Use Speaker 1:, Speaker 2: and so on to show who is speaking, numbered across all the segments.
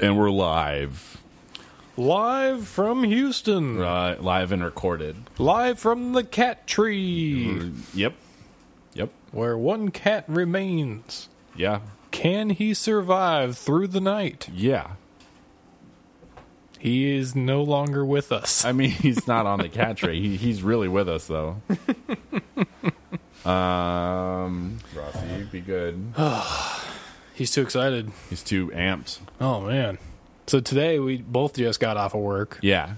Speaker 1: and we're live,
Speaker 2: Live from Houston.
Speaker 1: uh, live and recorded.
Speaker 2: Live from the cat tree,
Speaker 1: Yep, yep,
Speaker 2: where one cat remains.
Speaker 1: yeah,
Speaker 2: Can he survive through the night?
Speaker 1: yeah.
Speaker 2: He is no longer with us.
Speaker 1: I mean, he's not on the cat tree. He, he's really with us though. um, Rossi, be good.
Speaker 2: He's too excited.
Speaker 1: He's too amped.
Speaker 2: Oh, man. So today we both just got off of work,
Speaker 1: Yeah.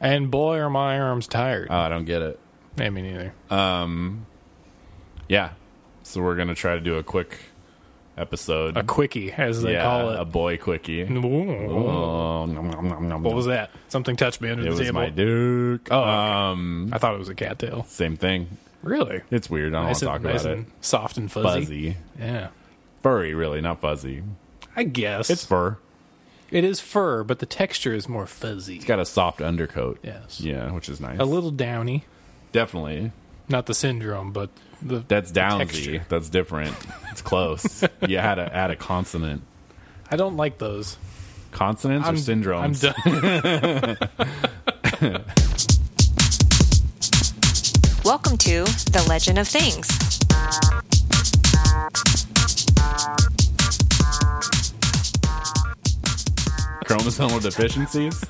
Speaker 2: and boy, are my arms tired.
Speaker 1: Oh, I don't get it.
Speaker 2: I mean, neither.
Speaker 1: Yeah. So we're gonna try to do a quick episode.
Speaker 2: A quickie, as they
Speaker 1: yeah,
Speaker 2: call it.
Speaker 1: a boy quickie.
Speaker 2: Ooh.
Speaker 1: Oh, nom, nom, nom, nom,
Speaker 2: What
Speaker 1: nom.
Speaker 2: was that? Something touched me under
Speaker 1: It
Speaker 2: the
Speaker 1: was
Speaker 2: table.
Speaker 1: my Duke.
Speaker 2: Oh, okay.
Speaker 1: um,
Speaker 2: I thought it was a cattail.
Speaker 1: same thing.
Speaker 2: Really?
Speaker 1: It's weird. I don't
Speaker 2: Nice, and,
Speaker 1: want to talk
Speaker 2: nice
Speaker 1: about it.
Speaker 2: and soft and fuzzy.
Speaker 1: Fuzzy,
Speaker 2: Yeah.
Speaker 1: furry, really, not fuzzy.
Speaker 2: I guess
Speaker 1: It's fur.
Speaker 2: It is fur, but the texture is more fuzzy.
Speaker 1: It's got a soft undercoat.
Speaker 2: Yes.
Speaker 1: Yeah, which is nice.
Speaker 2: A little downy.
Speaker 1: Definitely.
Speaker 2: Not the syndrome, but the
Speaker 1: That's downsy.
Speaker 2: texture.
Speaker 1: That's different. It's close. you had to add a consonant.
Speaker 2: I don't like those.
Speaker 1: Consonants or syndromes?
Speaker 2: I'm done.
Speaker 3: Welcome to The Legend of Things.
Speaker 1: Chromosomal deficiencies.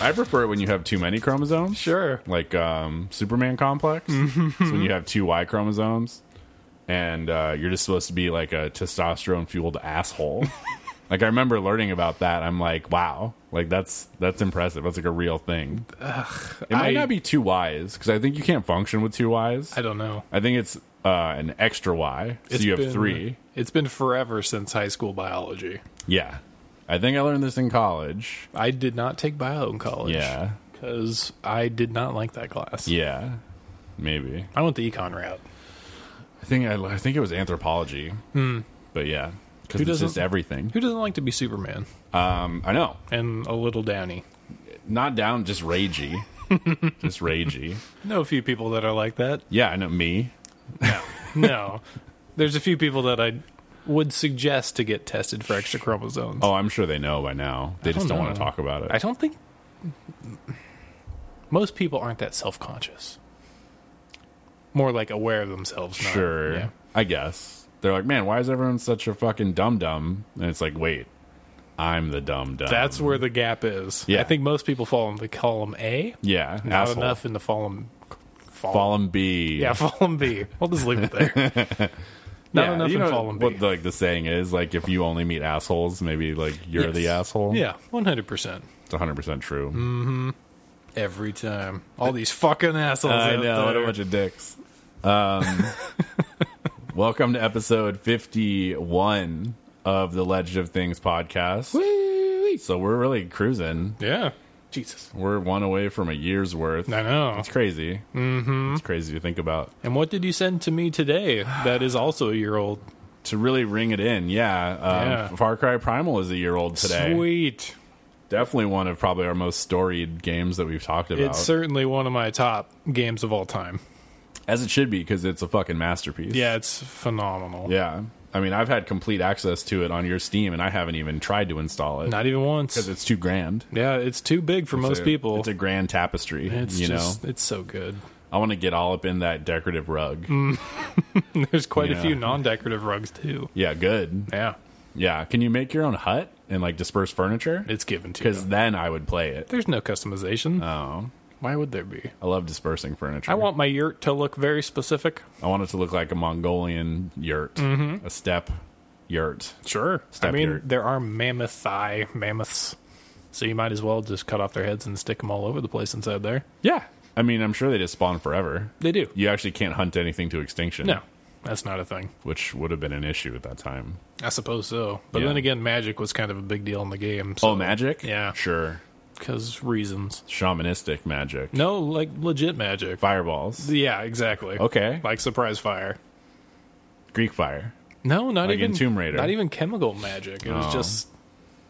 Speaker 1: I prefer it when you have too many chromosomes.
Speaker 2: sure.
Speaker 1: like um, Superman complex. It's when you have two Y chromosomes, and uh, you're just supposed to be like a testosterone fueled asshole. like I remember learning about that. I'm like, wow, like that's that's impressive. That's like a real thing. it might
Speaker 2: I-
Speaker 1: not be two Ys because I think you can't function with two Ys.
Speaker 2: I
Speaker 1: I,
Speaker 2: don't know.
Speaker 1: think it's uh, an extra Y, so
Speaker 2: It's
Speaker 1: you have
Speaker 2: been-
Speaker 1: three.
Speaker 2: It's been forever since high school biology.
Speaker 1: Yeah, I think I learned this in college.
Speaker 2: I did not take bio in college.
Speaker 1: Yeah,
Speaker 2: Because I did not like that class.
Speaker 1: yeah, maybe.
Speaker 2: I went the econ route.
Speaker 1: I think I, I think it was anthropology. But yeah, because
Speaker 2: Who
Speaker 1: it's just
Speaker 2: doesn't-
Speaker 1: everything.
Speaker 2: Who doesn't like to be Superman
Speaker 1: Um, I know,
Speaker 2: and a little downy?
Speaker 1: not down, just ragey, just ragey.
Speaker 2: Know a few people that are like that.
Speaker 1: Yeah, I know me.
Speaker 2: No. There's a few people that I would suggest to get tested for extra chromosomes.
Speaker 1: Oh, I'm sure they know by now. They just
Speaker 2: don't
Speaker 1: don't want to
Speaker 2: know.
Speaker 1: talk about it.
Speaker 2: I don't think most people aren't that self conscious. More like aware of themselves. not-
Speaker 1: sure,
Speaker 2: yeah.
Speaker 1: I guess they're like, man, why is everyone such a fucking dum dum? And it's like, wait, I'm the dum dum.
Speaker 2: That's where the gap is.
Speaker 1: Yeah.
Speaker 2: I think most people fall in the column A,
Speaker 1: yeah,
Speaker 2: not
Speaker 1: asshole.
Speaker 2: enough in the column. Fall,
Speaker 1: Fallen B.
Speaker 2: Yeah, column B. We'll just leave it there. not
Speaker 1: Yeah,
Speaker 2: enough
Speaker 1: you
Speaker 2: in
Speaker 1: know
Speaker 2: column B.
Speaker 1: what the, like the saying is like if you only meet assholes, maybe like you're
Speaker 2: Yes.
Speaker 1: the asshole.
Speaker 2: yeah, 100%.
Speaker 1: it's 100 percent true.
Speaker 2: Every time. All these fucking assholes.
Speaker 1: I
Speaker 2: out
Speaker 1: know. What a
Speaker 2: there.
Speaker 1: bunch of dicks. Um, welcome to episode 51 of the Legend of Things podcast. So we're really cruising.
Speaker 2: Yeah. Jesus.
Speaker 1: We're one away from a year's worth.
Speaker 2: I know.
Speaker 1: It's crazy. Mm-hmm. It's crazy to think about.
Speaker 2: And what did you send to me today that is also a year old?
Speaker 1: To really ring it in, yeah. Um,
Speaker 2: Yeah.
Speaker 1: Far Cry Primal is a year old today.
Speaker 2: Sweet.
Speaker 1: Definitely one of probably our most storied games that we've talked about.
Speaker 2: It's certainly one of my top games of all time.
Speaker 1: As it should be because it's a fucking masterpiece.
Speaker 2: Yeah, it's phenomenal.
Speaker 1: Yeah. I mean, I've had complete access to it on your Steam, and I haven't even tried to install it
Speaker 2: Not even once.
Speaker 1: because it's too grand.
Speaker 2: yeah, it's too big for most
Speaker 1: It's a-
Speaker 2: people.
Speaker 1: it's a grand tapestry.
Speaker 2: It's
Speaker 1: you
Speaker 2: just
Speaker 1: know,
Speaker 2: it's so good.
Speaker 1: I want to get all up in that decorative rug.
Speaker 2: Mm. There's quite
Speaker 1: Yeah.
Speaker 2: a few non-decorative rugs too.
Speaker 1: Yeah, good.
Speaker 2: Yeah,
Speaker 1: Yeah, can you make your own hut and like disperse furniture?
Speaker 2: it's given to
Speaker 1: Because
Speaker 2: you.
Speaker 1: then I would play it.
Speaker 2: There's no customization.
Speaker 1: Oh,
Speaker 2: Why would there be?
Speaker 1: I love dispersing furniture.
Speaker 2: I want my yurt to look very specific.
Speaker 1: I want it to look like a Mongolian yurt, a step yurt.
Speaker 2: Mm-hmm. Sure.
Speaker 1: Step
Speaker 2: I mean,
Speaker 1: yurt.
Speaker 2: there are mammoth thigh mammoths, so you might as well just cut off their heads and stick them all over the place inside there.
Speaker 1: Yeah, I mean, I'm sure they just spawn forever.
Speaker 2: They do.
Speaker 1: You actually can't hunt anything to extinction.
Speaker 2: No, that's not a thing.
Speaker 1: which would have been an issue at that time.
Speaker 2: I suppose so. But
Speaker 1: Yeah.
Speaker 2: then again, magic was kind of a big deal in the game.
Speaker 1: Oh, magic?
Speaker 2: Yeah.
Speaker 1: sure.
Speaker 2: Because reasons.
Speaker 1: Shamanistic magic.
Speaker 2: No, like legit magic.
Speaker 1: Fireballs.
Speaker 2: Yeah, exactly.
Speaker 1: Okay.
Speaker 2: Like surprise fire.
Speaker 1: Greek fire.
Speaker 2: No, not
Speaker 1: Like in
Speaker 2: even
Speaker 1: Tomb Raider.
Speaker 2: Not even chemical magic. It was
Speaker 1: Oh.
Speaker 2: just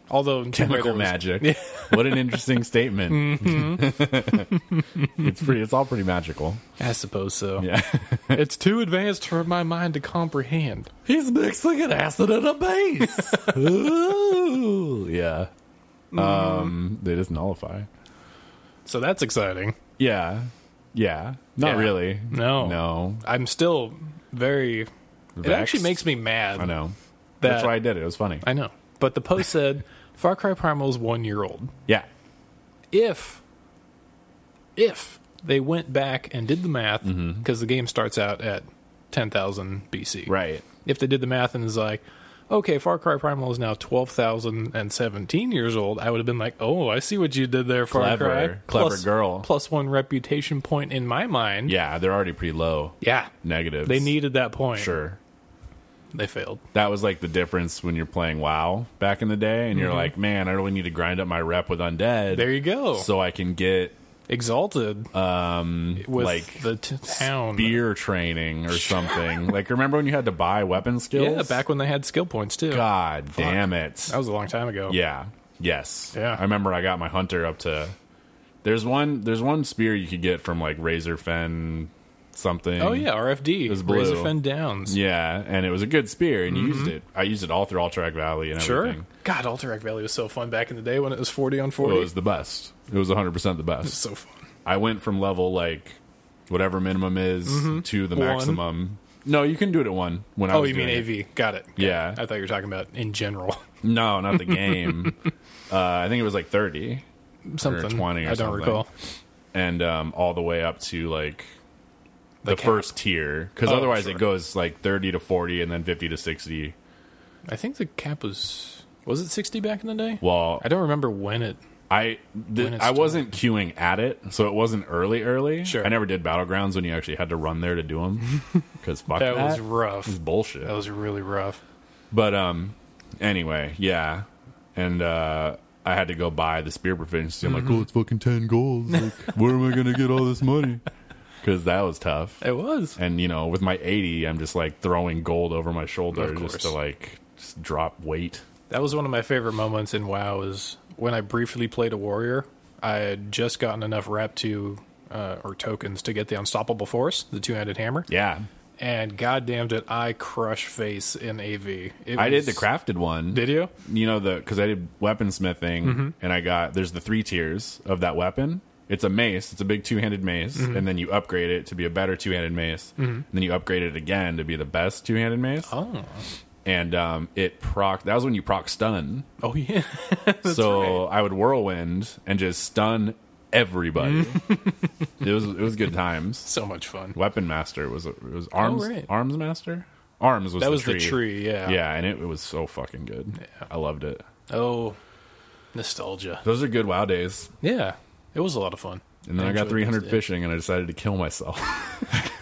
Speaker 2: Although in Tomb
Speaker 1: Chemical
Speaker 2: Raider was-
Speaker 1: magic. What an interesting statement. it's pretty. It's all pretty magical.
Speaker 2: I suppose so.
Speaker 1: Yeah.
Speaker 2: It's too advanced for my mind to comprehend.
Speaker 1: He's mixing an acid and a base. Ooh, yeah. Um, they just nullify.
Speaker 2: So that's exciting.
Speaker 1: Yeah, yeah. Not
Speaker 2: Yeah.
Speaker 1: really.
Speaker 2: No.
Speaker 1: no.
Speaker 2: I'm still very. It actually
Speaker 1: Vexed.
Speaker 2: makes me mad.
Speaker 1: I know.
Speaker 2: That-
Speaker 1: That's why I did it. It was funny.
Speaker 2: I know. But the post said Far Cry Primal is one year old.
Speaker 1: yeah.
Speaker 2: If, if they went back and did the math, because
Speaker 1: Mm-hmm.
Speaker 2: the game starts out at 10,000 BC.
Speaker 1: Right.
Speaker 2: If they did the math and is like, okay, Far Cry Primal is now 12,017 years old, I would have been like, oh, I see what you did there, Far
Speaker 1: Clever.
Speaker 2: Cry.
Speaker 1: Clever girl.
Speaker 2: Plus one reputation point in my mind.
Speaker 1: Yeah. They're already pretty low.
Speaker 2: Yeah.
Speaker 1: Negatives.
Speaker 2: They needed that point.
Speaker 1: sure.
Speaker 2: They failed.
Speaker 1: That was like the difference when you're playing WoW back in the day, and you're like, man, I really need to grind up my rep with undead.
Speaker 2: There you go.
Speaker 1: So I can get
Speaker 2: Exalted
Speaker 1: um
Speaker 2: with
Speaker 1: like
Speaker 2: the t- town.
Speaker 1: beer training or something. like remember when you had to buy weapon skills?
Speaker 2: Yeah, back when they had skill points too.
Speaker 1: God damn it.
Speaker 2: That was a long time ago.
Speaker 1: Yeah. Yes.
Speaker 2: Yeah.
Speaker 1: I remember I got my hunter up to. There's one. There's one spear you could get from like Razor Fen something.
Speaker 2: Oh yeah, RFD.
Speaker 1: was blue.
Speaker 2: Razor Fen Downs.
Speaker 1: Yeah, and it was a good spear, and you used it. I used it all through Alterac Valley and
Speaker 2: Mm-hmm. Sure.
Speaker 1: everything.
Speaker 2: God, Alterac Valley was so fun back in the day when it was forty on
Speaker 1: It
Speaker 2: forty.
Speaker 1: was the best. It was 100 percent the best.
Speaker 2: so fun.
Speaker 1: I went from level like whatever minimum is to the
Speaker 2: Mm-hmm. One.
Speaker 1: maximum. No, you can do it at one. When I
Speaker 2: Oh,
Speaker 1: was
Speaker 2: you mean
Speaker 1: doing it.
Speaker 2: AV? Got it. Got
Speaker 1: Yeah.
Speaker 2: it. I thought you were talking about in general
Speaker 1: No, not the game. uh, I think it was like 30.
Speaker 2: something.
Speaker 1: 20 or
Speaker 2: I don't
Speaker 1: something.
Speaker 2: recall.
Speaker 1: and um, all the way up to like the,
Speaker 2: cap.
Speaker 1: first tier because
Speaker 2: Oh,
Speaker 1: otherwise
Speaker 2: sure.
Speaker 1: it goes like 30 to 40 and then 50 to 60
Speaker 2: I think the cap was was it sixty back in the day.
Speaker 1: well
Speaker 2: I don't remember when it.
Speaker 1: i th-
Speaker 2: When it's
Speaker 1: i wasn't queuing at it so it wasn't early early
Speaker 2: Sure.
Speaker 1: i never did battlegrounds when you actually had to run there to do them because fuck that,
Speaker 2: That was
Speaker 1: It's
Speaker 2: rough.
Speaker 1: bullshit
Speaker 2: That was really rough.
Speaker 1: but um anyway yeah and uh I had to go buy the spear proficiency. I'm like,
Speaker 2: Mm-hmm.
Speaker 4: Well, it's fucking 10 gold. Like, where am I going to get all this money?
Speaker 1: because that was tough.
Speaker 2: It was.
Speaker 1: And you know, with my 80, I'm just like throwing gold over my shoulder
Speaker 2: Of
Speaker 1: just to
Speaker 2: course.
Speaker 1: like just drop weight.
Speaker 2: That was one of my favorite moments in WoW is when I briefly played a warrior. I had just gotten enough rep to uh, or tokens to get the unstoppable force, the two-handed hammer,
Speaker 1: Yeah,
Speaker 2: and goddamn did I crush face in AV. It
Speaker 1: I did
Speaker 2: was-
Speaker 1: the crafted one.
Speaker 2: Did you?
Speaker 1: you know the because I did weaponsmithing
Speaker 2: Mm-hmm.
Speaker 1: and I got there's the three tiers of that weapon. It's a mace. It's a big two handed mace,
Speaker 2: Mm-hmm.
Speaker 1: and then you upgrade it to be a better two handed mace. And then you upgrade it again to be the best two handed mace.
Speaker 2: Oh,
Speaker 1: And um, it proc. That was when you proc stun.
Speaker 2: oh yeah.
Speaker 1: so I would whirlwind and just stun everybody.
Speaker 2: Mm-hmm.
Speaker 1: it was it was good times.
Speaker 2: so much fun.
Speaker 1: Weapon master was it was arms
Speaker 2: right.
Speaker 1: arms master arms was
Speaker 2: That
Speaker 1: the
Speaker 2: was
Speaker 1: tree.
Speaker 2: the tree. Yeah.
Speaker 1: Yeah, and it, it was so fucking good. I loved it.
Speaker 2: Oh, nostalgia.
Speaker 1: Those are good WoW days.
Speaker 2: Yeah, it was a lot of fun.
Speaker 1: And then I, got
Speaker 2: enjoyed those
Speaker 1: 300
Speaker 2: days.
Speaker 1: fishing, and I decided to kill myself.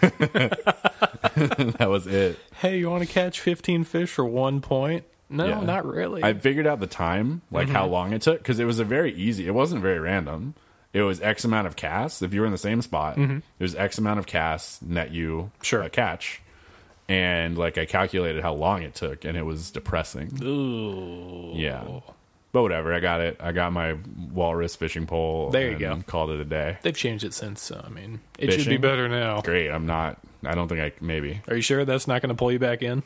Speaker 1: that was it.
Speaker 2: Hey, you want to catch fifteen fish for one point? No,
Speaker 1: Yeah.
Speaker 2: not really.
Speaker 1: I figured out the time, like how
Speaker 2: Mm-hmm.
Speaker 1: long it took, because it was a very easy. It wasn't very random. It was X amount of casts. If you were in the same spot, it was X amount of casts that you
Speaker 2: Mm-hmm. Sure.
Speaker 1: uh, catch. And like I calculated how long it took, and it was depressing.
Speaker 2: Ooh.
Speaker 1: Yeah,
Speaker 2: Oh.
Speaker 1: but whatever. I got it. I got my walrus fishing pole.
Speaker 2: There you
Speaker 1: and
Speaker 2: go.
Speaker 1: Called it a day.
Speaker 2: They've changed it since. So, I mean, it should be
Speaker 1: Fishing?
Speaker 2: better now.
Speaker 1: Great. I'm not. I don't think I maybe
Speaker 2: Are you sure that's not going to pull you back in?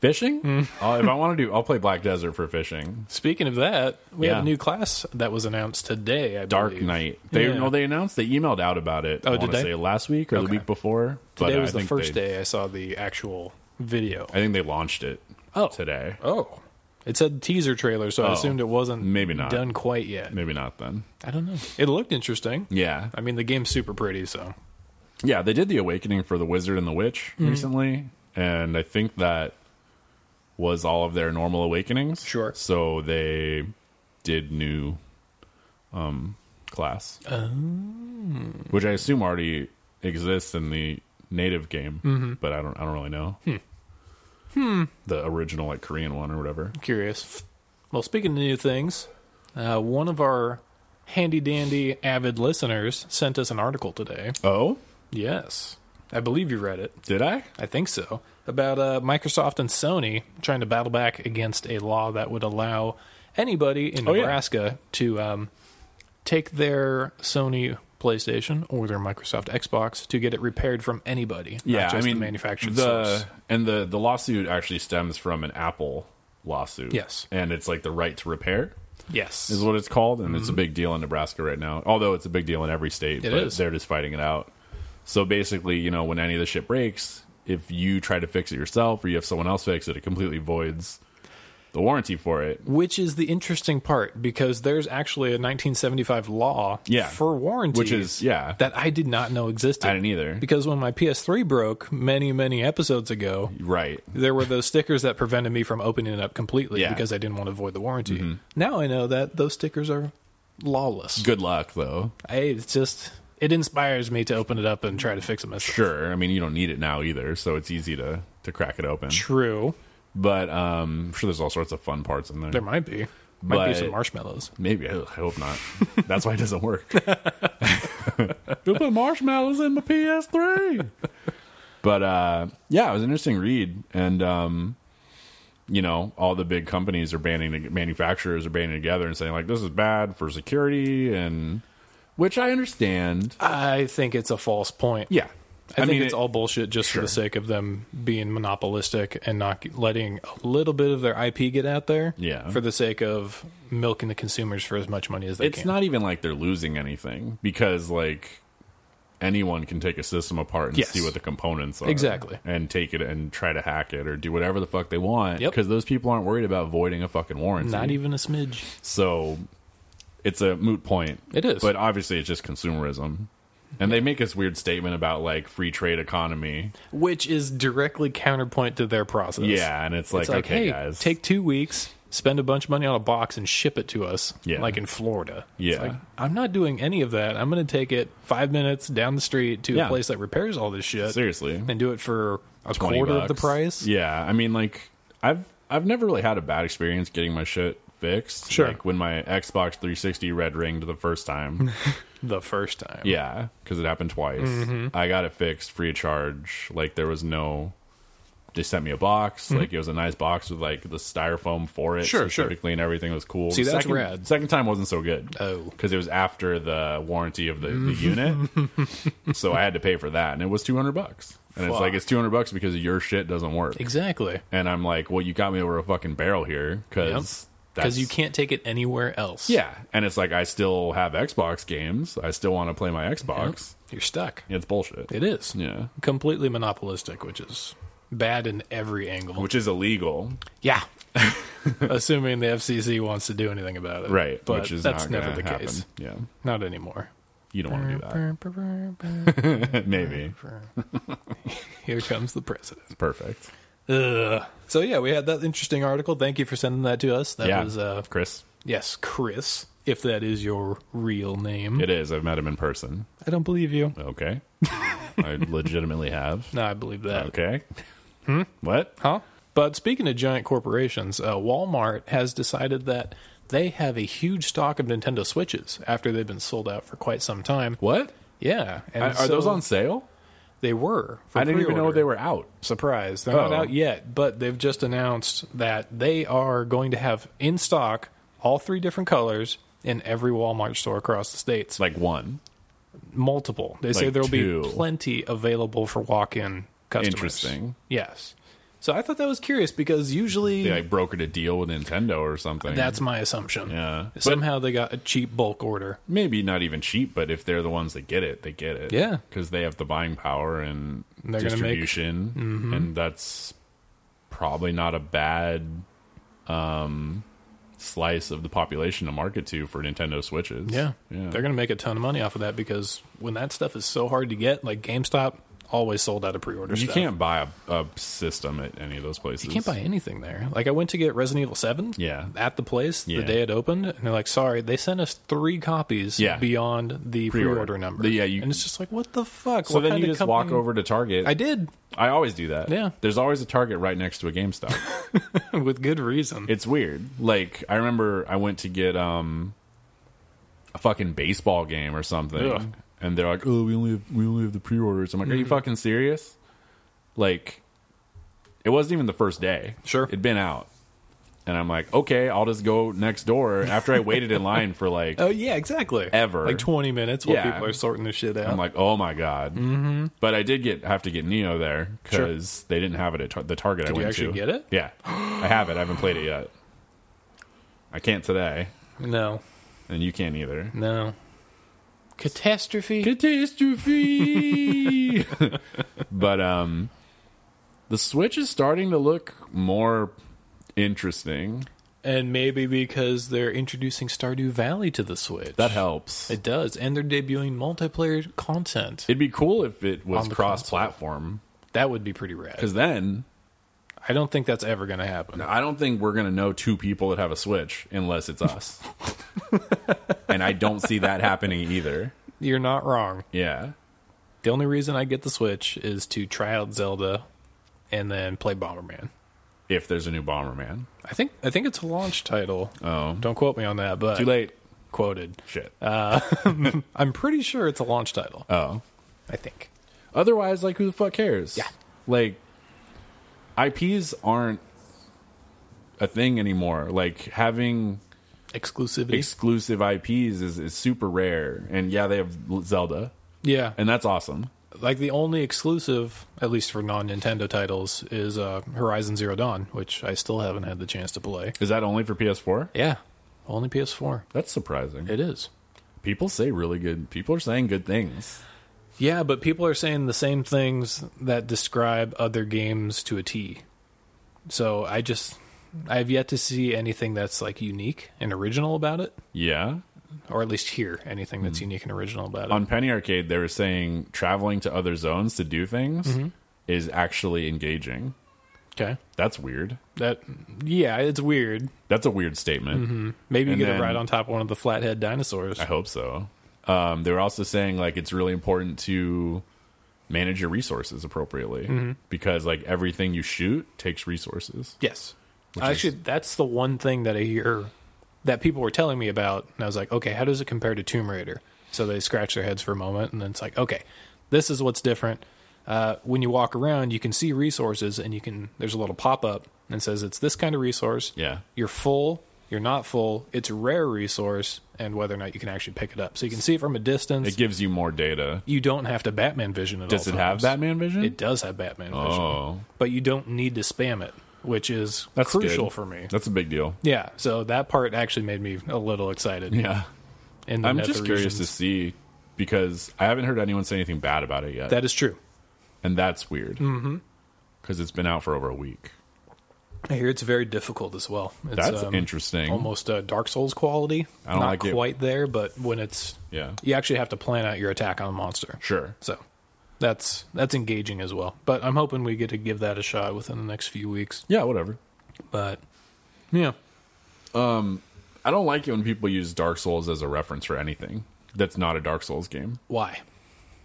Speaker 1: Fishing?
Speaker 2: Mm.
Speaker 1: Uh, if I want to do, I'll play Black Desert for fishing.
Speaker 2: Speaking of that, we
Speaker 1: Yeah.
Speaker 2: have a new class that was announced today. I
Speaker 1: Dark
Speaker 2: believe.
Speaker 1: Knight. They
Speaker 2: Yeah.
Speaker 1: no, they announced they emailed out about it. I
Speaker 2: Oh, did
Speaker 1: wanna
Speaker 2: they?
Speaker 1: Say last week or the
Speaker 2: Okay.
Speaker 1: week before.
Speaker 2: Today
Speaker 1: I
Speaker 2: was the
Speaker 1: think
Speaker 2: first
Speaker 1: they-
Speaker 2: day I saw the actual video.
Speaker 1: I think they launched it.
Speaker 2: Oh.
Speaker 1: today.
Speaker 2: Oh, it said teaser trailer, so
Speaker 1: Oh.
Speaker 2: I assumed it wasn't
Speaker 1: Maybe not.
Speaker 2: done quite yet.
Speaker 1: Maybe not then.
Speaker 2: I don't know. It looked interesting.
Speaker 1: Yeah,
Speaker 2: I mean, the game's super pretty, so
Speaker 1: yeah. They did the Awakening for the Wizard and the Witch recently, and I think that was all of their normal awakenings.
Speaker 2: Sure.
Speaker 1: So they did new um class, which I assume already exists in the native game, but I don't. I don't really know. Hmm. The original like Korean one or whatever.
Speaker 2: curious. Well, speaking of new things, uh, one of our handy dandy avid listeners sent us an article today.
Speaker 1: Oh,
Speaker 2: Yes, I believe you read it.
Speaker 1: did I?
Speaker 2: I think so. About uh, Microsoft and Sony trying to battle back against a law that would allow anybody in
Speaker 1: Oh, yeah.
Speaker 2: Nebraska to um, take their Sony PlayStation or their Microsoft Xbox to get it repaired from anybody. not
Speaker 1: yeah,
Speaker 2: just
Speaker 1: I mean,
Speaker 2: the manufactured
Speaker 1: the
Speaker 2: source.
Speaker 1: and the the lawsuit actually stems from an Apple lawsuit.
Speaker 2: Yes.
Speaker 1: and it's like the right to repair
Speaker 2: Yes,
Speaker 1: is what it's called, and it's a big deal in Nebraska right now. Although it's a big deal in every state,
Speaker 2: Mm-hmm. It
Speaker 1: but
Speaker 2: is.
Speaker 1: they're just fighting it out. So basically, you know, when any of the shit breaks, if you try to fix it yourself or you have someone else fix it, it completely voids the warranty for it.
Speaker 2: which is the interesting part because there's actually a 1975 law
Speaker 1: Yeah.
Speaker 2: for warranty,
Speaker 1: Which is- yeah.
Speaker 2: that I did not know existed.
Speaker 1: I didn't either.
Speaker 2: because when my PS3 broke many many episodes ago,
Speaker 1: Right.
Speaker 2: there were those stickers that prevented me from opening it up completely
Speaker 1: Yeah. Mm-hmm.
Speaker 2: because I didn't want to void the warranty. Now I know that those stickers are lawless.
Speaker 1: Good luck though.
Speaker 2: I, it's just it inspires me to open it up and try to fix it myself.
Speaker 1: Sure. I mean, you don't need it now either, so it's easy to to crack it open.
Speaker 2: True,
Speaker 1: But um, I'm sure there's all sorts of fun parts in there.
Speaker 2: there might be might be
Speaker 1: But-
Speaker 2: some marshmallows.
Speaker 1: Maybe Ugh, I hope not. That's why it doesn't work. you put marshmallows in my PS3. but uh, yeah, it was an interesting read, and um, you know, all the big companies are banning manufacturers are banding together and saying like this is bad for security, and which I understand.
Speaker 2: I think it's a false point.
Speaker 1: Yeah,
Speaker 2: I, think it's
Speaker 1: it-
Speaker 2: all bullshit just for the sake of them being monopolistic and not letting a little bit of their IP get out there.
Speaker 1: Yeah.
Speaker 2: For the sake of milking the consumers for as much money as they
Speaker 1: it's
Speaker 2: can.
Speaker 1: not even like they're losing anything because like anyone can take a system apart and
Speaker 2: Yes.
Speaker 1: see what the components are
Speaker 2: Exactly.
Speaker 1: and take it and try to hack it or do whatever the fuck they want
Speaker 2: Yep.
Speaker 1: because those people aren't worried about voiding a fucking warranty
Speaker 2: Not even a smidge.
Speaker 1: so it's a moot point
Speaker 2: It is.
Speaker 1: but obviously it's just consumerism and they make this weird statement about like free trade economy
Speaker 2: Which is directly counterpoint to their process.
Speaker 1: yeah and it's like,
Speaker 2: It's like,
Speaker 1: okay
Speaker 2: hey,
Speaker 1: guys
Speaker 2: take two weeks, spend a bunch of money on a box, and ship it to us,
Speaker 1: Yeah.
Speaker 2: like in Florida. It's
Speaker 1: Yeah.
Speaker 2: like, I'm not doing any of that. I'm going to take it five minutes down the street to
Speaker 1: Yeah.
Speaker 2: a place that repairs all this shit
Speaker 1: seriously
Speaker 2: and do it for a
Speaker 1: 20
Speaker 2: quarter of the
Speaker 1: bucks.
Speaker 2: price.
Speaker 1: Yeah, I mean, like I've I've never really had a bad experience getting my shit fixed.
Speaker 2: Sure.
Speaker 1: Like when my Xbox 360 red ringed the first time.
Speaker 2: The first time.
Speaker 1: yeah, because it happened twice.
Speaker 2: Mm-hmm.
Speaker 1: I got it fixed free of charge. Like there was no. They sent me a box. Like it was a nice box with like the styrofoam for it,
Speaker 2: Mm-hmm. Sure, sure.
Speaker 1: specifically, and everything was cool.
Speaker 2: See,
Speaker 1: The
Speaker 2: that's
Speaker 1: second,
Speaker 2: rad.
Speaker 1: Second time wasn't so good.
Speaker 2: Oh.
Speaker 1: because it was after the warranty of the, the unit,
Speaker 2: Mm-hmm.
Speaker 1: so I had to pay for that, and it was two hundred bucks. And it's
Speaker 2: Fuck.
Speaker 1: like it's two hundred bucks because your shit doesn't work.
Speaker 2: Exactly.
Speaker 1: And I'm like, well, you got me over a fucking barrel here because
Speaker 2: Because you can't take it anywhere else.
Speaker 1: Yeah, and it's like I still have Xbox games. I still want to play my Xbox.
Speaker 2: You're stuck.
Speaker 1: It's bullshit.
Speaker 2: It is.
Speaker 1: Yeah,
Speaker 2: Completely monopolistic, which is bad in every angle.
Speaker 1: which is illegal,
Speaker 2: yeah. Assuming the FCC wants to do anything about it.
Speaker 1: right?
Speaker 2: But
Speaker 1: which is
Speaker 2: that's
Speaker 1: not gonna
Speaker 2: never the
Speaker 1: happen.
Speaker 2: case.
Speaker 1: Yeah,
Speaker 2: Not anymore.
Speaker 1: you don't want to do that. Maybe
Speaker 2: Here comes the president.
Speaker 1: perfect.
Speaker 2: Ugh. So yeah, we had that interesting article. Thank you for sending that to us. That
Speaker 1: yeah,
Speaker 2: was uh,
Speaker 1: Chris.
Speaker 2: yes, Chris, if that is your real name.
Speaker 1: It is. I've met him in person.
Speaker 2: I don't believe you.
Speaker 1: Okay, I legitimately have.
Speaker 2: No, I believe that.
Speaker 1: Okay.
Speaker 2: Hmm?
Speaker 1: What?
Speaker 2: Huh? But speaking of giant corporations, uh, Walmart has decided that they have a huge stock of Nintendo Switches after they've been sold out for quite some time.
Speaker 1: What?
Speaker 2: Yeah. And
Speaker 1: Are, are those
Speaker 2: so
Speaker 1: on sale?
Speaker 2: They were. for
Speaker 1: I didn't even know
Speaker 2: pre-order.
Speaker 1: they were out.
Speaker 2: Surprise. They're not
Speaker 1: Oh.
Speaker 2: out yet, but they've just announced that they are going to have in stock all three different colors in every Walmart store across the states.
Speaker 1: Like one.
Speaker 2: Multiple. They say
Speaker 1: like
Speaker 2: there'll
Speaker 1: two.
Speaker 2: be plenty available for walk in customers.
Speaker 1: Interesting.
Speaker 2: Yes. So I thought that was curious because usually
Speaker 1: they like brokered a deal with Nintendo or something.
Speaker 2: That's my assumption.
Speaker 1: Yeah. But-
Speaker 2: Somehow they got a cheap bulk order.
Speaker 1: maybe not even cheap, but if they're the ones that get it, they get it.
Speaker 2: Yeah.
Speaker 1: because they have the buying power and
Speaker 2: They're gonna make- Mm-hmm.
Speaker 1: distribution, and that's probably not a bad um, slice of the population to market to for Nintendo Switches. yeah.
Speaker 2: They're going to make a ton of money off of that because when that stuff is so hard to get, like GameStop always sold out of pre order
Speaker 1: you
Speaker 2: stuff.
Speaker 1: can't buy a, a system at any of those places.
Speaker 2: You can't buy anything there. Like I went to get Resident Evil Seven,
Speaker 1: Yeah.
Speaker 2: at the place
Speaker 1: Yeah.
Speaker 2: the day it opened, and they're like, "Sorry, they sent us three copies
Speaker 1: Yeah.
Speaker 2: beyond the
Speaker 1: Pre-order.
Speaker 2: pre-order, number."
Speaker 1: The- yeah, you-
Speaker 2: and it's just like, what the fuck?
Speaker 1: So
Speaker 2: What
Speaker 1: then
Speaker 2: kind
Speaker 1: you
Speaker 2: of
Speaker 1: just walk
Speaker 2: company-
Speaker 1: over to Target.
Speaker 2: I did
Speaker 1: I always do that.
Speaker 2: Yeah.
Speaker 1: There's always a Target right next to a GameStop.
Speaker 2: with good reason.
Speaker 1: It's weird. Like I remember I went to get um a fucking baseball game or something,
Speaker 2: Ugh. Mm-hmm.
Speaker 1: and they're like, "Oh, we only have, we only have the pre-orders." I'm like, "Are you fucking serious?" Like, it wasn't even the first day.
Speaker 2: Sure.
Speaker 1: it'd been out, and I'm like, okay, I'll just go next door. After I waited in line for like,
Speaker 2: Oh yeah, exactly.
Speaker 1: Ever.
Speaker 2: like twenty minutes while
Speaker 1: Yeah.
Speaker 2: people are sorting this shit out.
Speaker 1: I'm like, oh my god. Mm-hmm. But I did get have to get Neo there because they didn't have it at tar- the Target I
Speaker 2: you
Speaker 1: went
Speaker 2: actually
Speaker 1: to.
Speaker 2: get it?
Speaker 1: Yeah, I have it. I haven't played it yet. I can't today,
Speaker 2: no,
Speaker 1: and you can't either.
Speaker 2: no. Catastrophe.
Speaker 1: catastrophe. but um, the Switch is starting to look more interesting.
Speaker 2: And maybe because they're introducing Stardew Valley to the Switch.
Speaker 1: That helps.
Speaker 2: It does. And they're debuting multiplayer content.
Speaker 1: It'd be cool if it was
Speaker 2: On the
Speaker 1: cross-platform,
Speaker 2: that would be pretty rad.
Speaker 1: because then
Speaker 2: I don't think that's ever going to happen.
Speaker 1: I don't think we're gonna know two people that have a Switch unless it's us. and I don't see that happening either.
Speaker 2: You're not wrong.
Speaker 1: Yeah,
Speaker 2: The only reason I get the Switch is to try out Zelda and then play Bomberman.
Speaker 1: if there's a new Bomberman,
Speaker 2: I think I think it's a launch title.
Speaker 1: Oh.
Speaker 2: Don't quote me on that, but
Speaker 1: too late.
Speaker 2: quoted.
Speaker 1: Shit.
Speaker 2: Uh, I'm pretty sure it's a launch title.
Speaker 1: oh.
Speaker 2: I think.
Speaker 1: Otherwise, like, who the fuck cares?
Speaker 2: Yeah.
Speaker 1: Like, IPs aren't a thing anymore. Like, having
Speaker 2: Exclusivity.
Speaker 1: exclusive IPs is, is super rare. And yeah, they have Zelda,
Speaker 2: yeah.
Speaker 1: and that's awesome.
Speaker 2: like the only exclusive, at least for non Nintendo titles, is uh, Horizon Zero Dawn, which I still haven't had the chance to play.
Speaker 1: Is that only for PS4?
Speaker 2: Yeah, only PS4.
Speaker 1: That's surprising.
Speaker 2: It is.
Speaker 1: people say really good. People are saying good things.
Speaker 2: Yeah, but people are saying the same things that describe other games to a T. So I just, I have yet to see anything that's like unique and original about it,
Speaker 1: Yeah.
Speaker 2: or at least hear anything that's unique and original about it.
Speaker 1: On Penny Arcade, they were saying traveling to other zones to do things
Speaker 2: Mm-hmm.
Speaker 1: is actually engaging.
Speaker 2: okay,
Speaker 1: That's weird.
Speaker 2: that yeah, it's weird.
Speaker 1: That's a weird statement.
Speaker 2: Mm-hmm. Maybe you
Speaker 1: And
Speaker 2: get
Speaker 1: then-
Speaker 2: a ride on top of one of the flathead dinosaurs.
Speaker 1: I hope so. Um, they were also saying like it's really important to manage your resources appropriately because like everything you shoot takes resources.
Speaker 2: Mm-hmm. Yes. Actually, that's the one thing that I hear that people were telling me about. And I was like, okay, how does it compare to Tomb Raider? So they scratch their heads for a moment. And then it's like, okay, this is what's different. Uh, when you walk around, you can see resources and you can, there's a little pop up and says it's this kind of resource.
Speaker 1: Yeah.
Speaker 2: You're full, you're not full, it's a rare resource, and whether or not you can actually pick it up. So you can see it from a distance.
Speaker 1: It gives you more data.
Speaker 2: you don't have to Batman vision at
Speaker 1: Does
Speaker 2: all.
Speaker 1: it have
Speaker 2: times.
Speaker 1: Batman vision?
Speaker 2: It does have Batman vision.
Speaker 1: Oh.
Speaker 2: But you don't need to spam it, which is
Speaker 1: That's
Speaker 2: crucial
Speaker 1: good.
Speaker 2: for me.
Speaker 1: That's a big deal.
Speaker 2: Yeah, so that part actually made me a little excited.
Speaker 1: Yeah.
Speaker 2: in the
Speaker 1: I'm
Speaker 2: nether
Speaker 1: just curious to
Speaker 2: regions.
Speaker 1: see because I haven't heard anyone say anything bad about it yet.
Speaker 2: That is true.
Speaker 1: and that's weird. Mm-hmm. Because it's been out for over a week.
Speaker 2: I hear it's very difficult as well. It's,
Speaker 1: That's
Speaker 2: um,
Speaker 1: interesting.
Speaker 2: Almost uh, Dark Souls quality.
Speaker 1: I don't
Speaker 2: Not
Speaker 1: like it.
Speaker 2: quite there, but when it's
Speaker 1: Yeah.
Speaker 2: you actually have to plan out your attack on a monster.
Speaker 1: Sure.
Speaker 2: So that's that's engaging as well. But I'm hoping we get to give that a shot within the next few weeks.
Speaker 1: Yeah, whatever.
Speaker 2: But yeah,
Speaker 1: I don't like it when people use Dark Souls as a reference for anything that's not a Dark Souls game.
Speaker 2: why?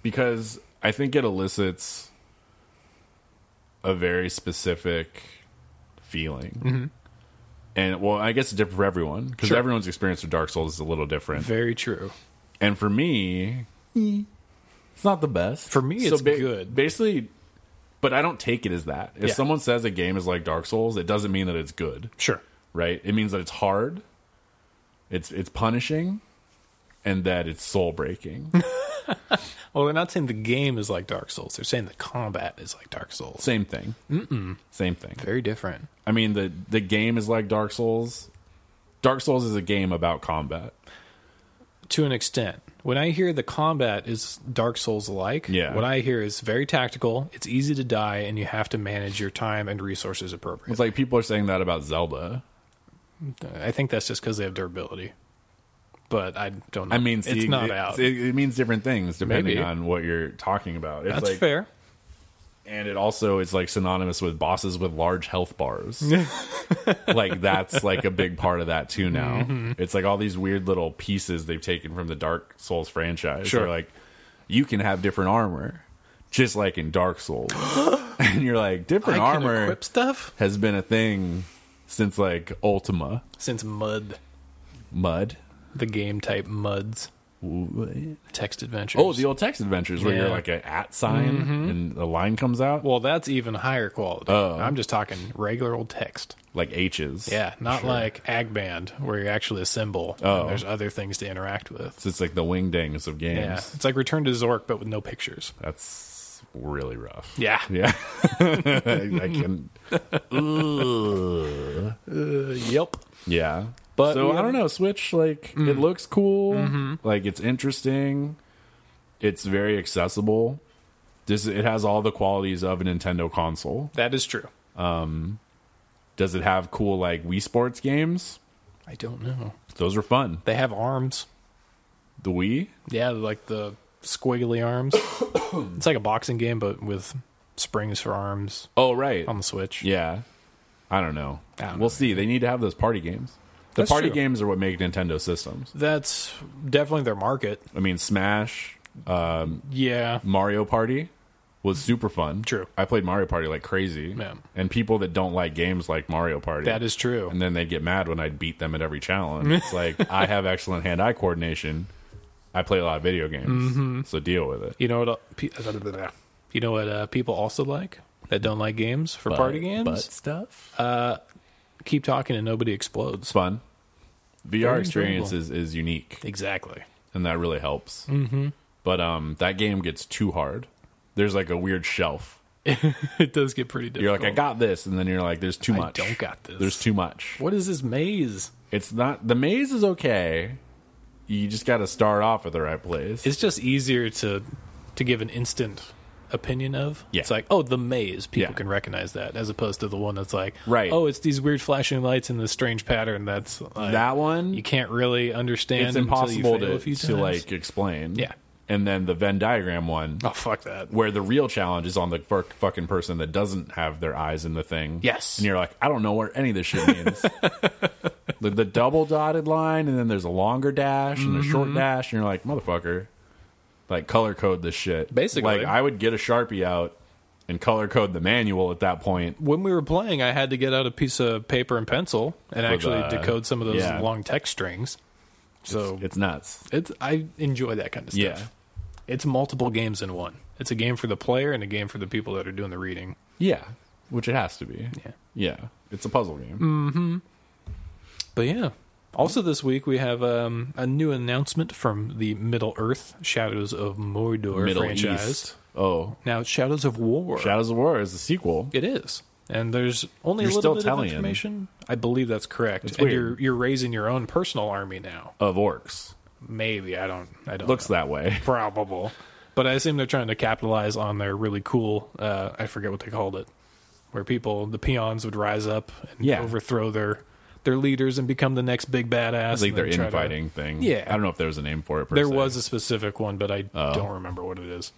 Speaker 1: because I think it elicits a very specific feeling. And well, I guess it's different for everyone because
Speaker 2: Mm-hmm. Sure.
Speaker 1: everyone's experience with Dark Souls is a little different.
Speaker 2: Very true.
Speaker 1: And for me, eh, it's not the best.
Speaker 2: For me, it's good.
Speaker 1: Basically, but I don't take it as that. If
Speaker 2: Yeah.
Speaker 1: someone says a game is like Dark Souls, it doesn't mean that it's good,
Speaker 2: Sure.
Speaker 1: right? It means that it's hard, it's it's punishing, and that it's soul breaking.
Speaker 2: Well, they're not saying the game is like Dark Souls. They're saying the combat is like Dark Souls.
Speaker 1: Same thing. Mm-mm. Same thing.
Speaker 2: Very different.
Speaker 1: I mean the the game is like Dark Souls. Dark Souls is a game about combat.
Speaker 2: to an extent. When I hear the combat is Dark Souls like,
Speaker 1: Yeah.
Speaker 2: what I hear is very tactical, it's easy to die, and you have to manage your time and resources appropriately.
Speaker 1: It's like people are saying that about Zelda.
Speaker 2: I think that's just because they have durability. But I don't know.
Speaker 1: I mean, see,
Speaker 2: it's not
Speaker 1: it,
Speaker 2: out.
Speaker 1: It, it means different things depending
Speaker 2: Maybe.
Speaker 1: on what you're talking about. It's
Speaker 2: that's
Speaker 1: like,
Speaker 2: fair.
Speaker 1: And it also is like synonymous with bosses with large health bars. like that's like a big part of that too. Now
Speaker 2: Mm-hmm.
Speaker 1: it's like all these weird little pieces they've taken from the Dark Souls franchise.
Speaker 2: Sure.
Speaker 1: They're like you can have different armor, just like in Dark Souls. and you're like
Speaker 2: I
Speaker 1: different
Speaker 2: can
Speaker 1: armor.
Speaker 2: equip stuff
Speaker 1: has been a thing since like Ultima
Speaker 2: since mud,
Speaker 1: Mud.
Speaker 2: the game type muds. Text adventures.
Speaker 1: Oh, the old text adventures where you're
Speaker 2: Yeah. Mm-hmm.
Speaker 1: like an at sign and the line comes out
Speaker 2: well, that's even higher quality.
Speaker 1: Oh.
Speaker 2: I'm just talking regular old text.
Speaker 1: like H's.
Speaker 2: Yeah, not like Agband where you actually assemble.
Speaker 1: Oh.
Speaker 2: and there's other things to interact with.
Speaker 1: So it's like the wingdings of games.
Speaker 2: Yeah, it's like Return to Zork, but with no pictures.
Speaker 1: That's really rough.
Speaker 2: Yeah,
Speaker 1: Yeah. I, I can. Ugh.
Speaker 2: yep.
Speaker 1: Yeah.
Speaker 2: But-
Speaker 1: so I don't know. Switch like it
Speaker 2: Mm.
Speaker 1: looks cool.
Speaker 2: Mm-hmm.
Speaker 1: Like it's interesting. It's very accessible. This it has all the qualities of a Nintendo console.
Speaker 2: That is true.
Speaker 1: Does it have cool like Wii Sports games?
Speaker 2: I don't know.
Speaker 1: Those are fun.
Speaker 2: They have arms.
Speaker 1: The Wii.
Speaker 2: Yeah, like the squiggly arms. it's like a boxing game, but with springs for arms
Speaker 1: Oh right.
Speaker 2: on the Switch.
Speaker 1: yeah. I don't know.
Speaker 2: Um, I don't
Speaker 1: we'll
Speaker 2: know.
Speaker 1: see. They need to have those party games. The
Speaker 2: That's
Speaker 1: party
Speaker 2: true.
Speaker 1: games are what make Nintendo systems.
Speaker 2: That's definitely their market.
Speaker 1: I mean, Smash,
Speaker 2: Yeah.
Speaker 1: Mario Party was super fun.
Speaker 2: True.
Speaker 1: I played Mario Party like crazy.
Speaker 2: Yeah.
Speaker 1: And people that don't like games like Mario Party.
Speaker 2: That is true.
Speaker 1: And then they'd get mad when I'd beat them at every challenge. It's like, I have excellent hand eye coordination. I play a lot of video games.
Speaker 2: Mm-hmm.
Speaker 1: So deal with it.
Speaker 2: You know what? pe- You know what uh, people also like that don't like games for party games. Uh,
Speaker 1: stuff.
Speaker 2: Keep talking and nobody explodes.
Speaker 1: It's fun. VR
Speaker 2: Very
Speaker 1: experience
Speaker 2: enjoyable.
Speaker 1: is, is unique.
Speaker 2: Exactly.
Speaker 1: and that really helps. Mm-hmm. But um, that game gets too hard. There's like a weird shelf.
Speaker 2: It does get pretty
Speaker 1: You're
Speaker 2: difficult.
Speaker 1: like, I got this, and then you're like, there's too
Speaker 2: Oh. I
Speaker 1: much.
Speaker 2: don't got this.
Speaker 1: There's too much.
Speaker 2: What is this maze?
Speaker 1: It's not the maze is okay. You just got to start off at the right place.
Speaker 2: It's just easier to to give an instant opinion of.
Speaker 1: Yeah.
Speaker 2: It's like, oh, the maze. People
Speaker 1: Yeah.
Speaker 2: can recognize that as opposed to the one that's like,
Speaker 1: Right.
Speaker 2: oh, it's these weird flashing lights and this strange pattern. That's like,
Speaker 1: that one,
Speaker 2: you can't really understand.
Speaker 1: it's
Speaker 2: until you
Speaker 1: impossible
Speaker 2: fail
Speaker 1: to,
Speaker 2: a few
Speaker 1: to
Speaker 2: times.
Speaker 1: like explain.
Speaker 2: Yeah.
Speaker 1: And then the Venn diagram one,
Speaker 2: Oh fuck that.
Speaker 1: where the real challenge is on the fur- fucking person that doesn't have their eyes in the thing.
Speaker 2: Yes.
Speaker 1: And you're like, I don't know what any of this shit means. the, the double dotted line, and then there's a longer dash and a
Speaker 2: Mm-hmm.
Speaker 1: short dash, and you're like, motherfucker, like color code this shit.
Speaker 2: Basically.
Speaker 1: Like, I would get a Sharpie out and color code the manual at that point.
Speaker 2: when we were playing, I had to get out a piece of paper and pencil and actually
Speaker 1: the-
Speaker 2: decode some of those
Speaker 1: yeah.
Speaker 2: long text strings. So it's,
Speaker 1: It's nuts.
Speaker 2: I enjoy that kind of stuff.
Speaker 1: Yeah.
Speaker 2: It's multiple games in one. It's a game for the player and a game for the people that are doing the reading.
Speaker 1: Yeah. Which it has to be.
Speaker 2: Yeah. Mm.
Speaker 1: Yeah. It's a puzzle game.
Speaker 2: But yeah. Also this week we have um, a new announcement from the Middle Earth Shadows of Mordor
Speaker 1: Middle
Speaker 2: franchise.
Speaker 1: East. Oh.
Speaker 2: Now it's Shadows of War.
Speaker 1: Shadows of War is the sequel.
Speaker 2: It is. And there's only
Speaker 1: You're
Speaker 2: a little
Speaker 1: still
Speaker 2: bit
Speaker 1: Talion.
Speaker 2: of information. I believe that's correct.
Speaker 1: That's
Speaker 2: and
Speaker 1: weird.
Speaker 2: you're you're raising your own personal army now.
Speaker 1: Of orcs.
Speaker 2: Maybe I don't. I don't.
Speaker 1: Looks
Speaker 2: know.
Speaker 1: that way.
Speaker 2: probable, but I assume they're trying to capitalize on their really cool. Uh, I forget what they called it, where people the peons would rise up and
Speaker 1: Yeah.
Speaker 2: overthrow their their leaders and become the next big badass.
Speaker 1: It's like
Speaker 2: and
Speaker 1: their
Speaker 2: then try to-
Speaker 1: infighting thing.
Speaker 2: Yeah.
Speaker 1: I don't know if there was a name for it. Per
Speaker 2: there
Speaker 1: se. Oh.
Speaker 2: was a specific one, but I don't remember what it is.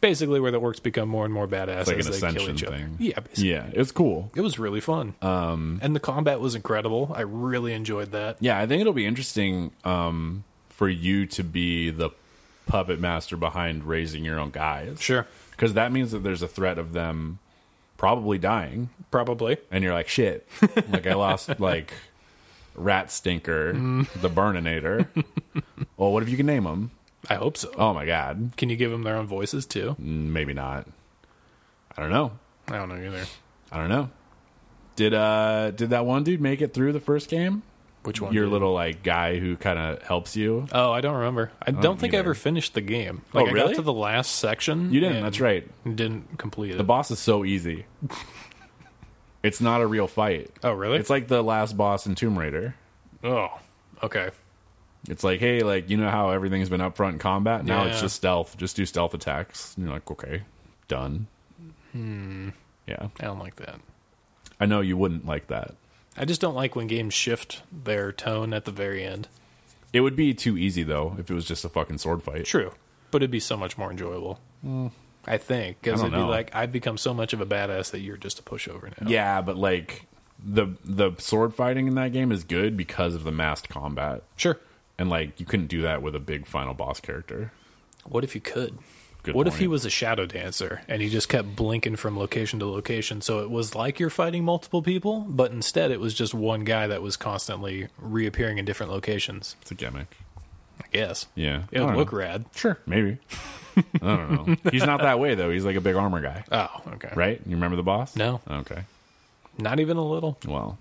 Speaker 2: Basically, where the orcs become more and more badass
Speaker 1: like
Speaker 2: as
Speaker 1: an
Speaker 2: they
Speaker 1: ascension
Speaker 2: kill each
Speaker 1: thing.
Speaker 2: other. Yeah, basically.
Speaker 1: Yeah, it was cool.
Speaker 2: It was really fun, um, and the combat was incredible. I really enjoyed that.
Speaker 1: Yeah, I think it'll be interesting um, for you to be the puppet master behind raising your own guys.
Speaker 2: Sure,
Speaker 1: Because that means that there's a threat of them probably dying.
Speaker 2: probably.
Speaker 1: And you're like, shit. like, I lost, like, Rat Stinker,
Speaker 2: Mm.
Speaker 1: the Burninator. well, what if you can name them?
Speaker 2: I hope so.
Speaker 1: Oh, my God.
Speaker 2: Can you give them their own voices too?
Speaker 1: Maybe not. I don't know.
Speaker 2: I don't know either.
Speaker 1: I don't know. Did uh did that one dude make it through the first game?
Speaker 2: Which one?
Speaker 1: Your
Speaker 2: did?
Speaker 1: little like guy who kind of helps you.
Speaker 2: Oh, I don't remember. I don't, think I
Speaker 1: either. Oh,
Speaker 2: ever finished the game. Like, I
Speaker 1: really?
Speaker 2: got to the last section.
Speaker 1: You didn't.
Speaker 2: and
Speaker 1: That's right.
Speaker 2: Didn't complete it.
Speaker 1: The boss is so easy. it's not a real fight.
Speaker 2: oh, really?
Speaker 1: It's like the last boss in Tomb Raider.
Speaker 2: oh, okay.
Speaker 1: It's like, hey, like you know how everything's been up front in combat. Now it's
Speaker 2: Yeah.
Speaker 1: just stealth. Just do stealth attacks. And you're like, okay, done.
Speaker 2: Hmm.
Speaker 1: Yeah,
Speaker 2: I don't like that.
Speaker 1: I know you wouldn't like that.
Speaker 2: I just don't like when games shift their tone at the very end.
Speaker 1: It would be too easy though if it was just a fucking sword fight.
Speaker 2: True, but it'd be so much more enjoyable. I think because
Speaker 1: Mm. I don't
Speaker 2: it'd
Speaker 1: know.
Speaker 2: be like I've become so much of a badass that you're just a pushover now.
Speaker 1: Yeah, but like the the sword fighting in that game is good because of the massed combat,
Speaker 2: sure.
Speaker 1: and like you couldn't do that with a big final boss character.
Speaker 2: What if you could?
Speaker 1: Good
Speaker 2: what if he
Speaker 1: point.
Speaker 2: was a shadow dancer and he just kept blinking from location to location? So it was like you're fighting multiple people, but instead it was just one guy that was constantly reappearing in different locations.
Speaker 1: It's a gimmick.
Speaker 2: I guess.
Speaker 1: Yeah.
Speaker 2: It
Speaker 1: I
Speaker 2: would
Speaker 1: don't
Speaker 2: look
Speaker 1: know.
Speaker 2: rad.
Speaker 1: Sure. Maybe. I don't know. He's not that way, though. He's like a big armor guy.
Speaker 2: Oh, okay.
Speaker 1: Right? You remember the boss?
Speaker 2: No.
Speaker 1: Okay.
Speaker 2: Not even a little.
Speaker 1: Well,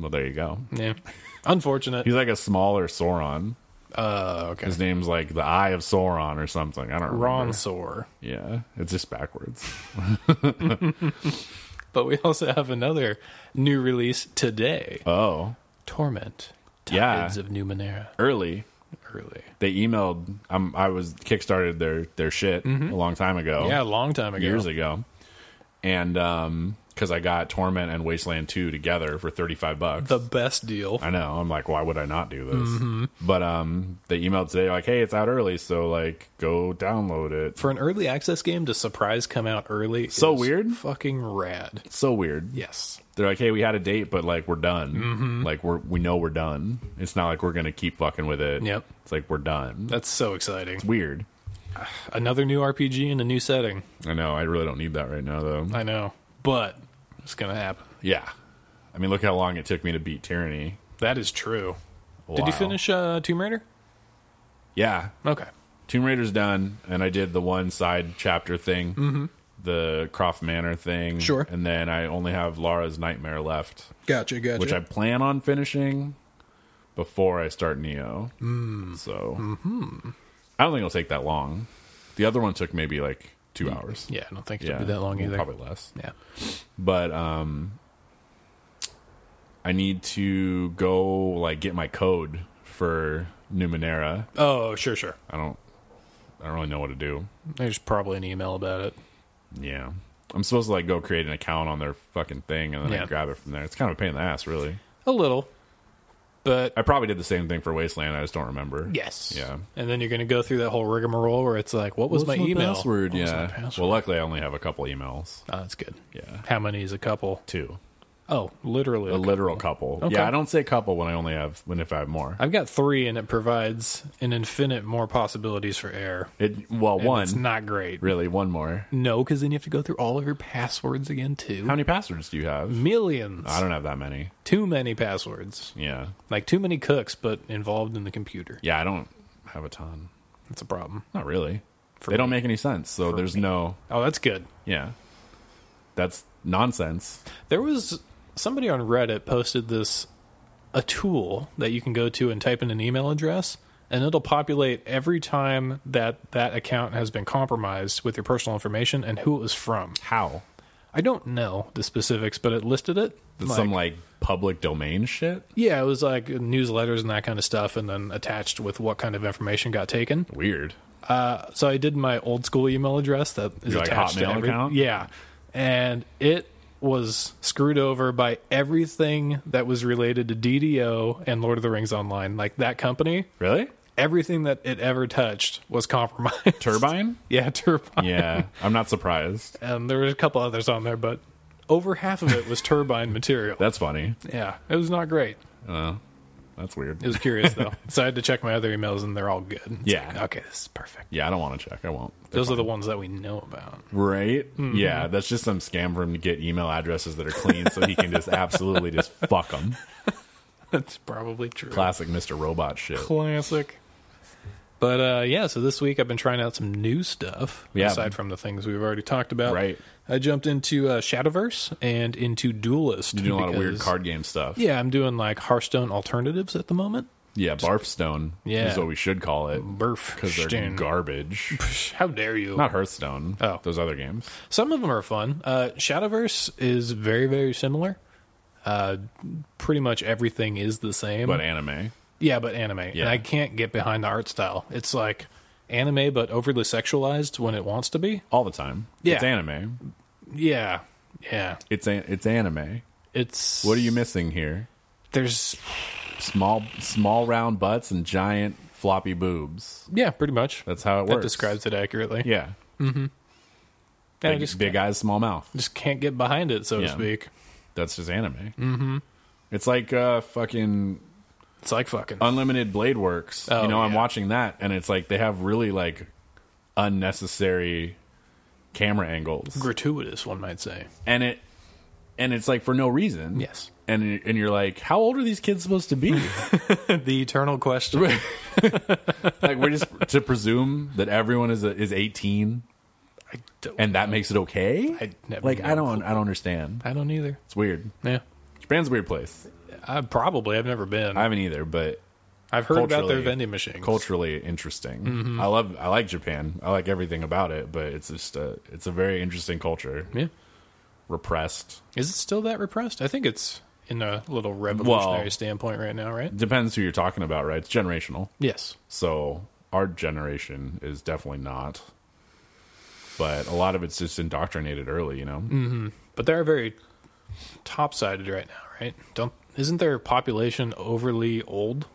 Speaker 1: well, there you go.
Speaker 2: Yeah. Unfortunate.
Speaker 1: He's like a smaller Sauron.
Speaker 2: Uh, okay.
Speaker 1: His name's like the Eye of Sauron or something. I don't remember.
Speaker 2: Ron sore.
Speaker 1: Yeah, it's just backwards.
Speaker 2: But we also have another new release today.
Speaker 1: Oh,
Speaker 2: Torment.
Speaker 1: Yeah.
Speaker 2: Tides of Numenera.
Speaker 1: early.
Speaker 2: Early.
Speaker 1: They emailed. Um, I was kickstarted their their shit a long time ago.
Speaker 2: Mm-hmm. Yeah, a long time ago.
Speaker 1: Oh. years ago, and um, because I got Torment and Wasteland Two together for thirty five bucks.
Speaker 2: The Mm-hmm. best deal.
Speaker 1: I know. I'm like, why would I not do this? But um, they emailed today like, hey, it's out early, so like, go download it.
Speaker 2: For an early access game to surprise come out early.
Speaker 1: So
Speaker 2: is
Speaker 1: weird.
Speaker 2: Fucking rad.
Speaker 1: So weird.
Speaker 2: Yes.
Speaker 1: They're like, hey, we had a date, but like, we're done.
Speaker 2: Mm-hmm.
Speaker 1: Like, we're we know we're done. It's not like we're gonna keep fucking with it.
Speaker 2: Yep.
Speaker 1: It's like we're done.
Speaker 2: That's so exciting.
Speaker 1: It's weird.
Speaker 2: Another new RPG in a new setting.
Speaker 1: I know. I really don't need that right now, though.
Speaker 2: I know. But it's going to happen.
Speaker 1: yeah. I mean, look how long it took me to beat Tyranny.
Speaker 2: That is true. Did you
Speaker 1: Wow.
Speaker 2: finish uh, Tomb Raider?
Speaker 1: Yeah.
Speaker 2: Okay.
Speaker 1: Tomb Raider's done, and I did the one side chapter thing, the Croft Manor thing.
Speaker 2: Mm-hmm. Sure.
Speaker 1: And then I only have Lara's Nightmare left,
Speaker 2: Gotcha, gotcha.
Speaker 1: which I plan on finishing before I start Neo.
Speaker 2: Mm.
Speaker 1: So
Speaker 2: Mm-hmm.
Speaker 1: I don't think it'll take that long. The other one took maybe like two hours.
Speaker 2: yeah, I don't think it'll be that long
Speaker 1: well,
Speaker 2: either.
Speaker 1: Probably less.
Speaker 2: Yeah.
Speaker 1: but um i need to go like get my code for numenera
Speaker 2: Oh, sure, sure.
Speaker 1: i don't i don't really know what to do
Speaker 2: There's probably an email about it.
Speaker 1: yeah i'm supposed to like go create an account on their fucking thing and then
Speaker 2: Yeah.
Speaker 1: i grab it from there it's kind of a pain in the ass really
Speaker 2: A little. But
Speaker 1: i probably did the same thing for wasteland i just don't remember
Speaker 2: yes.
Speaker 1: yeah
Speaker 2: And then you're going to go through that whole rigmarole where it's like, what was my, email?
Speaker 1: password
Speaker 2: What was
Speaker 1: yeah
Speaker 2: my password?
Speaker 1: well luckily i only have a couple emails
Speaker 2: Oh, that's good.
Speaker 1: yeah
Speaker 2: How many is a couple?
Speaker 1: two
Speaker 2: Oh, literally.
Speaker 1: a literal couple
Speaker 2: Okay.
Speaker 1: yeah i don't say couple when i only have when if i have more
Speaker 2: I've got three, and it provides an infinite more possibilities for error.
Speaker 1: it well
Speaker 2: And It's
Speaker 1: one
Speaker 2: not great.
Speaker 1: really one more
Speaker 2: No, because then you have to go through all of your passwords again, too.
Speaker 1: How many passwords do you have?
Speaker 2: Millions.
Speaker 1: I don't have that many.
Speaker 2: too many passwords.
Speaker 1: Yeah.
Speaker 2: Like, too many cooks, but involved in the computer.
Speaker 1: Yeah, I don't have a ton.
Speaker 2: That's a problem.
Speaker 1: Not really.
Speaker 2: For
Speaker 1: they don't
Speaker 2: me.
Speaker 1: make any sense. So there's no,
Speaker 2: Oh, that's good.
Speaker 1: yeah. That's nonsense.
Speaker 2: There was somebody on Reddit posted this a tool that you can go to and type in an email address and it'll populate every time that that account has been compromised with your personal information and who it was from.
Speaker 1: How?
Speaker 2: I don't know the specifics, but it listed it.
Speaker 1: That's some like public domain shit?
Speaker 2: yeah, it was like newsletters and that kind of stuff and then attached with what kind of information got taken. Uh,
Speaker 1: Weird.
Speaker 2: so I did my old school email address that is
Speaker 1: Your, like,
Speaker 2: attached to
Speaker 1: Hotmail
Speaker 2: every,
Speaker 1: account?
Speaker 2: Yeah, and it was screwed over by everything that was related to DDO and Lord of the Rings Online, like that company.
Speaker 1: Really?
Speaker 2: Everything that it ever touched was compromised.
Speaker 1: Turbine?
Speaker 2: yeah, turbine.
Speaker 1: yeah. I'm not surprised.
Speaker 2: And there were a couple others on there, but over half of it was turbine material.
Speaker 1: That's funny.
Speaker 2: Yeah, it was not great.
Speaker 1: That's weird.
Speaker 2: It was curious though, so I had to check my other emails, and they're all good. It's
Speaker 1: Yeah.
Speaker 2: like, okay, this is perfect.
Speaker 1: Yeah, I don't want to check. I won't. They're
Speaker 2: Those are
Speaker 1: fine.
Speaker 2: the ones that we know about.
Speaker 1: right. Yeah, that's just some scam for him to get email addresses that are clean, so he can just absolutely just fuck them.
Speaker 2: That's probably true.
Speaker 1: Classic Mr. Robot shit.
Speaker 2: Classic. But uh, yeah, so this week I've been trying out some new stuff
Speaker 1: Yeah.
Speaker 2: aside from the things we've already talked about.
Speaker 1: Right.
Speaker 2: I jumped into uh, Shadowverse and into Duelist.
Speaker 1: Doing a lot of weird
Speaker 2: because-
Speaker 1: card game stuff.
Speaker 2: Yeah, I'm doing like Hearthstone alternatives at the moment.
Speaker 1: Yeah, barfstone.
Speaker 2: Yeah.
Speaker 1: is what we should call it
Speaker 2: Burf.
Speaker 1: because they're
Speaker 2: Stone.
Speaker 1: garbage.
Speaker 2: How dare you?
Speaker 1: Not Hearthstone.
Speaker 2: Oh.
Speaker 1: those other games.
Speaker 2: Some of them are fun. Uh, Shadowverse is very very similar. Uh, pretty much everything is the same.
Speaker 1: But anime.
Speaker 2: Yeah, but anime. And
Speaker 1: Yeah.
Speaker 2: I can't get behind the art style. It's like anime, but overly sexualized when it wants to be.
Speaker 1: All the time.
Speaker 2: Yeah.
Speaker 1: It's anime.
Speaker 2: Yeah, yeah.
Speaker 1: It's a, it's anime.
Speaker 2: It's
Speaker 1: What are you missing here?
Speaker 2: There's
Speaker 1: Small small round butts and giant floppy boobs.
Speaker 2: yeah, pretty much.
Speaker 1: That's how it
Speaker 2: that
Speaker 1: works.
Speaker 2: describes it accurately.
Speaker 1: Yeah.
Speaker 2: And I
Speaker 1: Big,
Speaker 2: just
Speaker 1: big eyes, small mouth.
Speaker 2: just can't get behind it, so to
Speaker 1: Yeah.
Speaker 2: speak.
Speaker 1: That's just anime. Mm-hmm. It's like uh, fucking
Speaker 2: It's like fucking.
Speaker 1: Unlimited Blade Works.
Speaker 2: Oh,
Speaker 1: you know, I'm
Speaker 2: yeah.
Speaker 1: watching that, and it's like they have really like unnecessary camera angles.
Speaker 2: gratuitous, one might say.
Speaker 1: and it and it's like for no reason.
Speaker 2: Yes.
Speaker 1: And you- and you're like, how old are these kids supposed to be?
Speaker 2: the eternal question.
Speaker 1: like we're just to presume that everyone is is 18
Speaker 2: don't
Speaker 1: and that makes it okay?
Speaker 2: I never
Speaker 1: like I
Speaker 2: know.
Speaker 1: don't I don't understand.
Speaker 2: I don't either.
Speaker 1: It's weird.
Speaker 2: Yeah.
Speaker 1: Japan's a weird place.
Speaker 2: I probably. I've never been.
Speaker 1: I
Speaker 2: I've,
Speaker 1: haven't either, but
Speaker 2: heard about their
Speaker 1: culturally-
Speaker 2: vending machines.
Speaker 1: culturally interesting.
Speaker 2: Mm-hmm.
Speaker 1: I love I like Japan. I like everything about it, but it's just a it's a very interesting culture.
Speaker 2: Yeah.
Speaker 1: Repressed.
Speaker 2: Is it still that repressed? I think it's in a little revolutionary
Speaker 1: Well-
Speaker 2: standpoint right now, right?
Speaker 1: Depends who you're talking about, right? It's generational.
Speaker 2: Yes.
Speaker 1: So our generation is definitely not. But a lot of it's just indoctrinated early, you know.
Speaker 2: Mm. But they're very top-sided right now, right? Don't isn't their population overly old?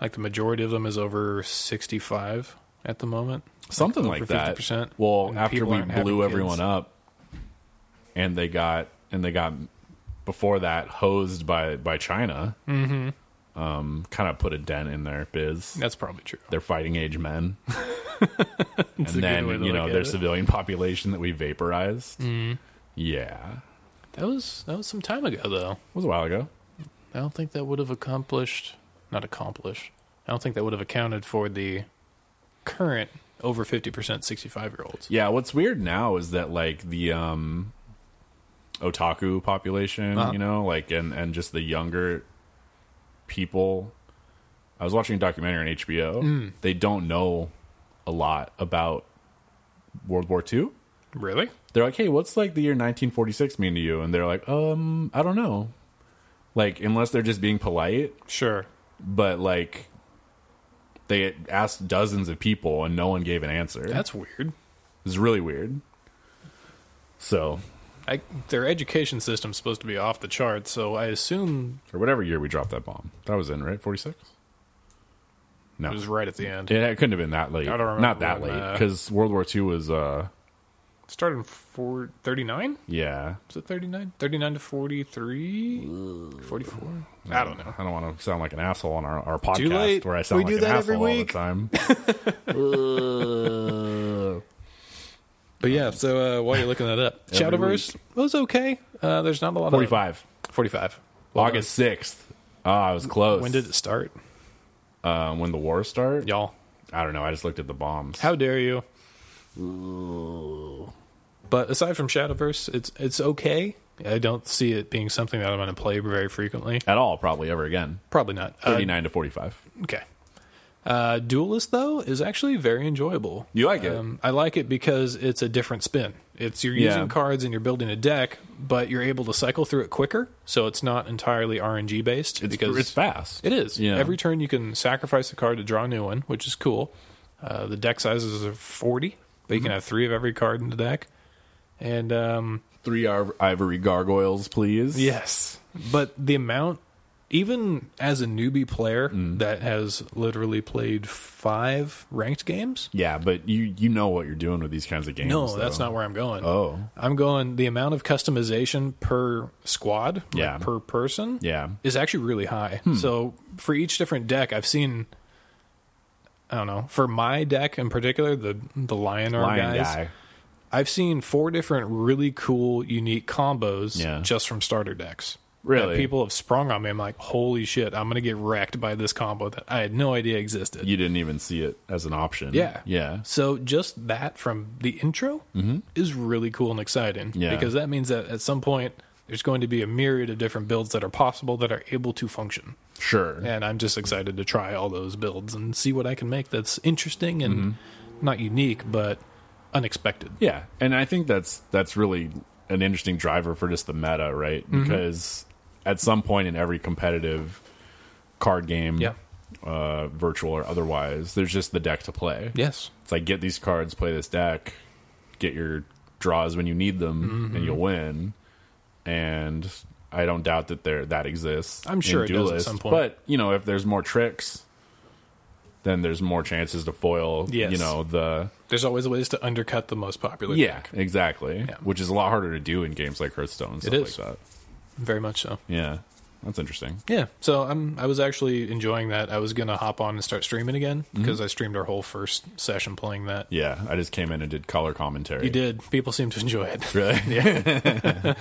Speaker 2: Like the majority of them is over 65 at the moment.
Speaker 1: Something
Speaker 2: Like
Speaker 1: like,
Speaker 2: over
Speaker 1: that.
Speaker 2: 50%,
Speaker 1: Well,
Speaker 2: and
Speaker 1: after
Speaker 2: people
Speaker 1: we
Speaker 2: aren't having
Speaker 1: blew everyone
Speaker 2: kids.
Speaker 1: up, and they got and they got before that hosed by by China. Mm-hmm. Um, kind of put a dent in their biz.
Speaker 2: That's probably true.
Speaker 1: They're fighting age men. and
Speaker 2: a good way
Speaker 1: then,
Speaker 2: to
Speaker 1: you know,
Speaker 2: look at
Speaker 1: their
Speaker 2: it. Mm-hmm.
Speaker 1: civilian population that we vaporized. Yeah. It
Speaker 2: That was that was some time ago though.
Speaker 1: was a while ago.
Speaker 2: I don't think that would have accomplished not accomplished. I don't think that would have accounted for the current over 50% 65 year olds.
Speaker 1: Yeah, what's weird now is that like the um otaku population,
Speaker 2: Uh-huh.
Speaker 1: you know, like and and just the younger people. I was watching a documentary on HBO.
Speaker 2: Mm.
Speaker 1: They don't know a lot about World War II.
Speaker 2: Really?
Speaker 1: They're like, "Hey, what's like the year 1946 mean to you?" And they're like, "Um, I don't know." Like unless they're just being polite,
Speaker 2: Sure.
Speaker 1: but like they asked dozens of people and no one gave an answer.
Speaker 2: That's weird.
Speaker 1: It's really weird. So,
Speaker 2: I, their education system's supposed to be off the charts, so I assume
Speaker 1: or whatever year we dropped that bomb, that was in right forty six. No,
Speaker 2: it was right at the end.
Speaker 1: Yeah, it couldn't have been that late.
Speaker 2: I don't remember
Speaker 1: Not that
Speaker 2: when,
Speaker 1: late
Speaker 2: uh,
Speaker 1: because World War II was uh
Speaker 2: started in four, 39?
Speaker 1: yeah.
Speaker 2: Is it 39? 39 to 43? 44? I don't know.
Speaker 1: I don't want to sound like an asshole on our, our
Speaker 2: Too
Speaker 1: podcast
Speaker 2: late.
Speaker 1: where I sound
Speaker 2: We
Speaker 1: like
Speaker 2: do
Speaker 1: an
Speaker 2: that
Speaker 1: asshole
Speaker 2: every
Speaker 1: all the time.
Speaker 2: week. But yeah, so uh, while you're looking that up,
Speaker 1: Every
Speaker 2: Shadowverse was okay. Uh, there's not a lot
Speaker 1: Forty
Speaker 2: of.
Speaker 1: five,
Speaker 2: 45. Well done.
Speaker 1: August sixth. Oh, I was close.
Speaker 2: When did it start?
Speaker 1: um, when the war start?
Speaker 2: Y'all.
Speaker 1: I don't know. I just looked at the bombs.
Speaker 2: How dare you? But aside from Shadowverse, it's it's okay. I don't see it being something that I'm going to play very frequently.
Speaker 1: at all? Probably ever again.
Speaker 2: Probably not. Uh,
Speaker 1: Thirty nine to forty five.
Speaker 2: okay. Uh, Duelist though is actually very enjoyable. Um,
Speaker 1: You like it?
Speaker 2: I like it because it's a different spin. It's you're
Speaker 1: Yeah.
Speaker 2: using cards and you're building a deck, but you're able to cycle through it quicker, so it's not entirely RNG based.
Speaker 1: It's
Speaker 2: because
Speaker 1: it's fast.
Speaker 2: It is.
Speaker 1: Yeah.
Speaker 2: Every turn you can sacrifice a card to draw a new one, which is cool. Uh, the deck sizes are 40, but you
Speaker 1: Mm-hmm.
Speaker 2: can have three of every card in the deck. And um,
Speaker 1: Three ar- ivory gargoyles, please.
Speaker 2: yes, but the amount, even as a newbie player
Speaker 1: Mm.
Speaker 2: that has literally played five ranked games,
Speaker 1: Yeah, but you you know what you're doing with these kinds of games.
Speaker 2: no,
Speaker 1: though.
Speaker 2: that's not where I'm going.
Speaker 1: Oh.
Speaker 2: I'm going the amount of customization per squad, like
Speaker 1: Yeah.
Speaker 2: per person,
Speaker 1: Yeah. Hmm.
Speaker 2: is actually really high. So for each different deck, I've seen. I don't know. For my deck in particular, the the lion or
Speaker 1: Lion
Speaker 2: guys,
Speaker 1: guy.
Speaker 2: I've seen four different really cool, unique combos
Speaker 1: Yeah.
Speaker 2: just from starter decks. that
Speaker 1: Really?
Speaker 2: people have sprung on me. I'm like, holy shit! I'm gonna get wrecked by this combo that I had no idea existed.
Speaker 1: You didn't even see it as an option.
Speaker 2: Yeah.
Speaker 1: Yeah. Mm-hmm.
Speaker 2: So just that from the intro is really cool and exciting.
Speaker 1: Yeah.
Speaker 2: Because that means that at some point there's going to be a myriad of different builds that are possible that are able to function.
Speaker 1: Sure.
Speaker 2: And I'm just excited to try all those builds and see what I can make that's interesting and
Speaker 1: Mm-hmm.
Speaker 2: not unique but unexpected.
Speaker 1: Yeah. And I think that's that's really an interesting driver for just the meta, right?
Speaker 2: Mm-hmm.
Speaker 1: Because at some point in every competitive card game,
Speaker 2: Yeah.
Speaker 1: uh, virtual or otherwise, there's just the deck to play.
Speaker 2: Yes.
Speaker 1: It's like get these cards, play this deck, get your draws when you need them,
Speaker 2: Mm-hmm.
Speaker 1: and you'll win. And I don't doubt that there that exists.
Speaker 2: I'm sure
Speaker 1: in
Speaker 2: it does at
Speaker 1: Duelist,
Speaker 2: some point.
Speaker 1: But you know, if there's more tricks, then there's more chances to foil.
Speaker 2: Yes.
Speaker 1: You know the
Speaker 2: There's always ways to undercut the most popular
Speaker 1: yeah
Speaker 2: deck.
Speaker 1: exactly,
Speaker 2: Yeah.
Speaker 1: which is a lot harder to do in games like Hearthstone. And stuff
Speaker 2: is.
Speaker 1: like that.
Speaker 2: Very much so.
Speaker 1: Yeah, that's interesting.
Speaker 2: Yeah, so I'm I was actually enjoying that. I was gonna hop on and start streaming again because I streamed our whole first session playing that.
Speaker 1: Yeah, I just came in and did color commentary.
Speaker 2: You did. People seem to enjoy it.
Speaker 1: really? Yeah.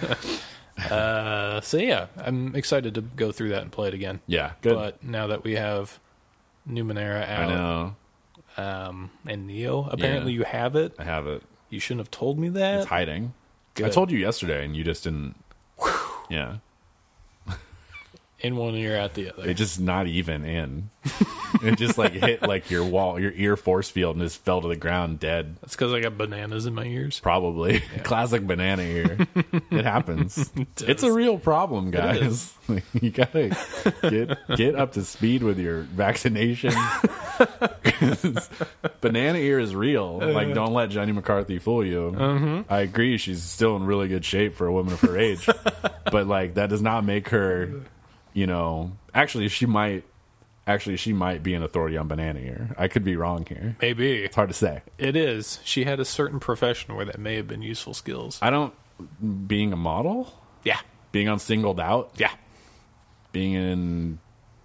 Speaker 2: Uh, so yeah, I'm excited to go through that and play it again.
Speaker 1: Yeah, good.
Speaker 2: But now that we have Numenera
Speaker 1: I
Speaker 2: out
Speaker 1: know.
Speaker 2: um, and Neo, apparently you have it.
Speaker 1: I have it.
Speaker 2: You shouldn't have told me that.
Speaker 1: It's hiding. I
Speaker 2: Good.
Speaker 1: told you yesterday, and you just didn't. Yeah,
Speaker 2: In one ear, out the other.
Speaker 1: it just not even in. it just like hit like your wall, your ear force field, and just fell to the ground dead.
Speaker 2: That's because I got bananas in my ears.
Speaker 1: Probably classic banana ear. it happens. it's a real problem, guys.
Speaker 2: is.
Speaker 1: you gotta get get up to speed with your vaccination. 'Cause banana ear is real. Like, don't let Jenny McCarthy fool you. I agree. She's still in really good shape for a woman of her age, but like that does not make her. You know, actually, she might. Actually, she might be an authority on banana ear. I could be wrong here.
Speaker 2: Maybe
Speaker 1: It's hard to say.
Speaker 2: it is. She had a certain profession where that may have been useful skills.
Speaker 1: I don't. Being a model.
Speaker 2: yeah,
Speaker 1: being on singled out,
Speaker 2: yeah.
Speaker 1: being in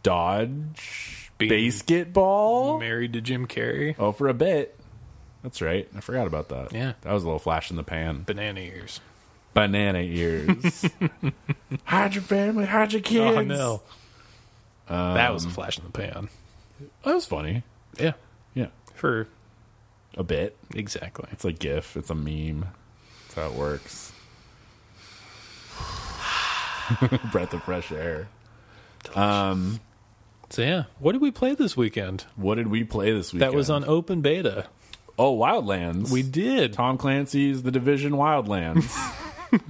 Speaker 1: Dodge
Speaker 2: Being-
Speaker 1: basketball.
Speaker 2: Married to Jim Carrey.
Speaker 1: Oh, for a bit. That's right. I forgot about that.
Speaker 2: Yeah.
Speaker 1: that was a little flash in the pan.
Speaker 2: Banana ears.
Speaker 1: Banana ears. hide your family. Hide your kids.
Speaker 2: Oh no, that was a flash in the pan.
Speaker 1: that was funny.
Speaker 2: Um, Yeah,
Speaker 1: Yeah,
Speaker 2: for
Speaker 1: a bit.
Speaker 2: exactly.
Speaker 1: It's a gif. It's a meme. That's how it works. Breath of fresh air.
Speaker 2: So yeah, what did we play this weekend?
Speaker 1: What did we play this week?
Speaker 2: That was on open beta.
Speaker 1: Oh Wildlands.
Speaker 2: We did
Speaker 1: Tom Clancy's The Division Wildlands.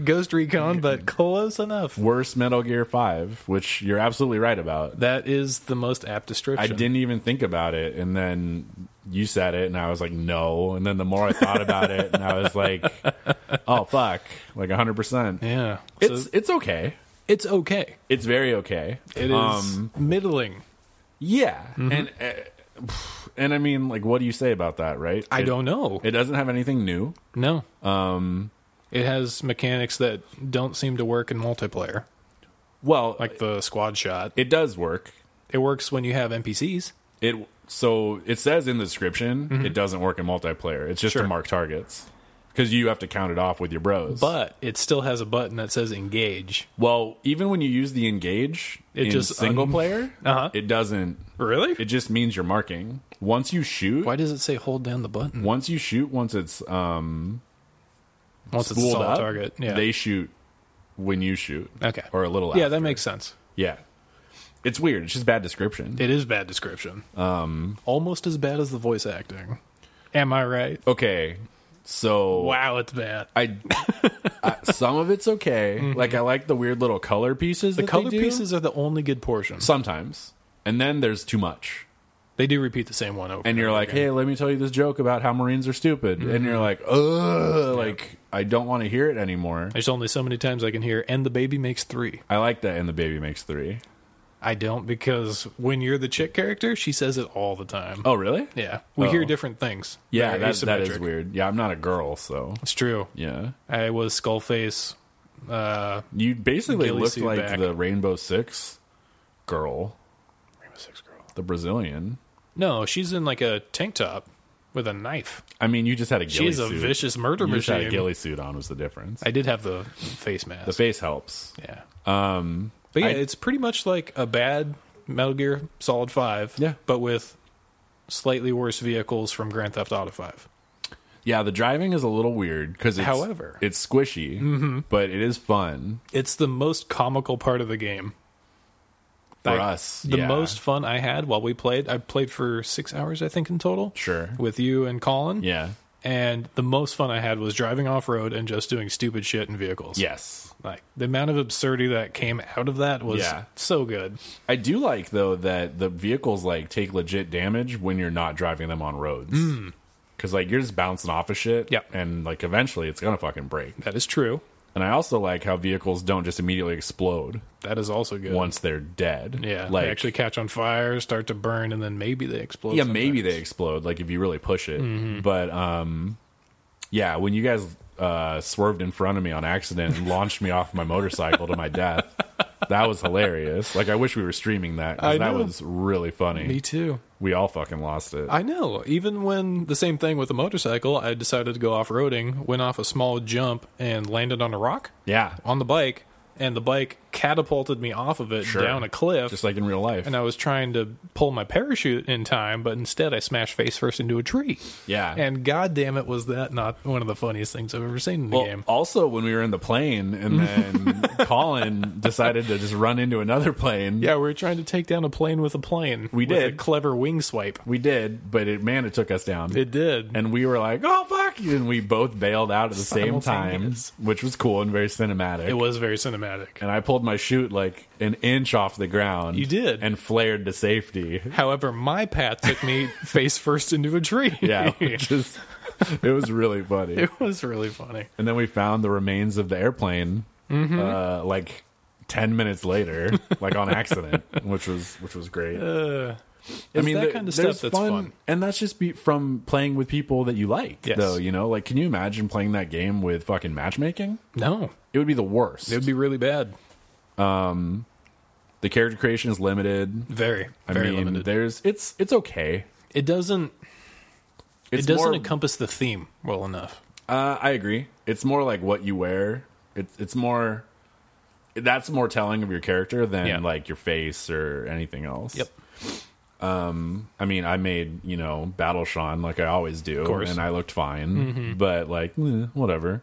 Speaker 2: Ghost Recon, but close enough.
Speaker 1: worst Metal Gear 5, which you're absolutely right about.
Speaker 2: That is the most apt
Speaker 1: I
Speaker 2: description.
Speaker 1: didn't even think about it. And then you said it, and I was like, no. And then the more I thought about it, and I was like, oh, fuck. Like 100%.
Speaker 2: Yeah,
Speaker 1: It's,
Speaker 2: so
Speaker 1: it's okay.
Speaker 2: it's okay.
Speaker 1: It's very okay. Um,
Speaker 2: It is Um, Mm-hmm. middling.
Speaker 1: yeah. And, uh, and I mean, like, what do you say about that, right?
Speaker 2: I
Speaker 1: It-
Speaker 2: don't know.
Speaker 1: It doesn't have anything new.
Speaker 2: no. Um, it has mechanics that don't seem to work in multiplayer,
Speaker 1: Well, like,
Speaker 2: like the squad shot.
Speaker 1: it does work.
Speaker 2: It works when you have NPCs.
Speaker 1: It so it says in the description it doesn't work in multiplayer. It's just to
Speaker 2: Mm-hmm. Sure.
Speaker 1: mark targets because you have to count it off with your bros.
Speaker 2: But it still has a button that says engage.
Speaker 1: well, even when you use the engage
Speaker 2: It
Speaker 1: in
Speaker 2: just
Speaker 1: single
Speaker 2: un-
Speaker 1: player,
Speaker 2: Uh-huh.
Speaker 1: it doesn't.
Speaker 2: Really?
Speaker 1: It just means you're marking. Once you shoot,
Speaker 2: Why does it say hold down the button
Speaker 1: once you shoot, once it's um
Speaker 2: once it's a
Speaker 1: spooled
Speaker 2: solid
Speaker 1: up,
Speaker 2: target? Yeah.
Speaker 1: they shoot when you shoot.
Speaker 2: okay.
Speaker 1: or a little.
Speaker 2: yeah,
Speaker 1: after.
Speaker 2: that makes sense.
Speaker 1: yeah. It's weird. It's just bad description.
Speaker 2: It is bad description. Um, almost as bad as the voice acting. Am I right?
Speaker 1: okay, so
Speaker 2: Wow, it's bad.
Speaker 1: I, I some of it's okay. Like I like the weird little color pieces.
Speaker 2: Mm-hmm. The
Speaker 1: that they
Speaker 2: color
Speaker 1: do.
Speaker 2: pieces are the only good portion.
Speaker 1: sometimes, and then there's too much,
Speaker 2: They do repeat the same one over.
Speaker 1: and you're
Speaker 2: over
Speaker 1: like,
Speaker 2: again.
Speaker 1: hey, let me tell you this joke about how Marines are stupid, and
Speaker 2: Mm-hmm.
Speaker 1: you're like, ugh, like I don't want to hear it anymore.
Speaker 2: There's only so many times I can hear, and the baby makes three.
Speaker 1: I like that, and the baby makes three.
Speaker 2: I don't because when you're the chick character, she says it all the time.
Speaker 1: Oh, really?
Speaker 2: yeah, we hear
Speaker 1: Oh.
Speaker 2: different things.
Speaker 1: Yeah,
Speaker 2: They're
Speaker 1: that, that is
Speaker 2: asymmetric.
Speaker 1: weird. Yeah, I'm not a girl, so
Speaker 2: It's true.
Speaker 1: yeah.
Speaker 2: I was Skullface. Uh,
Speaker 1: You basically
Speaker 2: Gilly
Speaker 1: looked
Speaker 2: Sue
Speaker 1: like
Speaker 2: back.
Speaker 1: the Rainbow Six girl, the Brazilian.
Speaker 2: no, she's in like a tank top with a knife.
Speaker 1: I mean, you just had a ghillie
Speaker 2: she's a
Speaker 1: suit.
Speaker 2: vicious murder
Speaker 1: you just had a
Speaker 2: machine.
Speaker 1: ghillie suit on was the difference.
Speaker 2: I did have the face mask.
Speaker 1: the face helps.
Speaker 2: Yeah. Um, but yeah,
Speaker 1: I-
Speaker 2: it's pretty much like a bad Metal Gear Solid Five.
Speaker 1: Yeah.
Speaker 2: but with slightly worse vehicles from Grand Theft Auto Five.
Speaker 1: Yeah, the driving is a little weird because
Speaker 2: However.
Speaker 1: it's squishy, but it is fun
Speaker 2: It's the most comical part of the game
Speaker 1: for
Speaker 2: Like,
Speaker 1: us.
Speaker 2: The
Speaker 1: yeah.
Speaker 2: most fun I had while we played. I played for six hours, I think, in total.
Speaker 1: Sure.
Speaker 2: With you and Colin.
Speaker 1: yeah,
Speaker 2: And the most fun I had was driving off road and just doing stupid shit in vehicles.
Speaker 1: yes,
Speaker 2: Like the amount of absurdity that came out of that was
Speaker 1: Yeah.
Speaker 2: so good.
Speaker 1: I do like though that the vehicles like take legit damage when you're not driving them on roads because like you're just bouncing off of shit,
Speaker 2: Hmm. Yep.
Speaker 1: and like eventually it's gonna fucking break.
Speaker 2: That is true.
Speaker 1: And I also like how vehicles don't just immediately explode
Speaker 2: That is also good.
Speaker 1: once they're dead.
Speaker 2: Yeah,
Speaker 1: like
Speaker 2: they actually catch on fire, start to burn, and then maybe they explode.
Speaker 1: yeah maybe
Speaker 2: sometimes. Mm-hmm.
Speaker 1: they explode like if you really push it but um yeah when you guys uh swerved in front of me on accident and launched me off my motorcycle to my death that was hilarious like i wish we were streaming that 'cause
Speaker 2: I
Speaker 1: that
Speaker 2: know.
Speaker 1: was really funny
Speaker 2: Me too.
Speaker 1: we all fucking lost it
Speaker 2: I know. Even when the same thing with the motorcycle, I decided to go off roading, went off a small jump, and landed on a rock
Speaker 1: yeah
Speaker 2: on the bike, and the bike catapulted me off of it
Speaker 1: Sure.
Speaker 2: down a cliff.
Speaker 1: just like in real life.
Speaker 2: and I was trying to pull my parachute in time, but instead I smashed face first into a tree.
Speaker 1: Yeah.
Speaker 2: And goddamn it, was that not one of the funniest things I've ever seen in the
Speaker 1: Well,
Speaker 2: game?
Speaker 1: also when we were in the plane, and then Colin decided to just run into another plane.
Speaker 2: Yeah, we were trying to take down a plane with a plane.
Speaker 1: We
Speaker 2: with a
Speaker 1: did.
Speaker 2: clever wing swipe.
Speaker 1: we did, but it man, it took us down.
Speaker 2: It did.
Speaker 1: and we were like, "Oh fuck!" And we both bailed out at the same time,
Speaker 2: Simultaneous.
Speaker 1: which was cool and very cinematic.
Speaker 2: it was very cinematic.
Speaker 1: and I pulled my chute like an inch off the ground.
Speaker 2: You did.
Speaker 1: and flared to safety.
Speaker 2: However, my path took me face first into a tree.
Speaker 1: Yeah, which is it was really funny.
Speaker 2: it was really funny.
Speaker 1: And then we found the remains of the airplane,
Speaker 2: Mm-hmm.
Speaker 1: uh, like ten minutes later, like on accident, which was which was great.
Speaker 2: Uh, It's that
Speaker 1: there-
Speaker 2: kind of
Speaker 1: there's
Speaker 2: stuff that's fun.
Speaker 1: and that's just be from playing with people that you like.
Speaker 2: Yes.
Speaker 1: Though you know, like, can you imagine playing that game with fucking matchmaking?
Speaker 2: No,
Speaker 1: It would be the worst.
Speaker 2: it would be really bad.
Speaker 1: the character creation is limited.
Speaker 2: Very,
Speaker 1: I
Speaker 2: very
Speaker 1: mean,
Speaker 2: limited.
Speaker 1: there's it's it's okay.
Speaker 2: It doesn't.
Speaker 1: It's
Speaker 2: it doesn't
Speaker 1: more,
Speaker 2: encompass the theme well enough.
Speaker 1: uh, I agree. It's more like what you wear. It's it's more. That's more telling of your character than
Speaker 2: Yeah.
Speaker 1: like your face or anything else.
Speaker 2: Yep.
Speaker 1: I mean, I made you know Battle Sean like I always do,
Speaker 2: course. Mm-hmm.
Speaker 1: and I looked fine. But like, eh, whatever.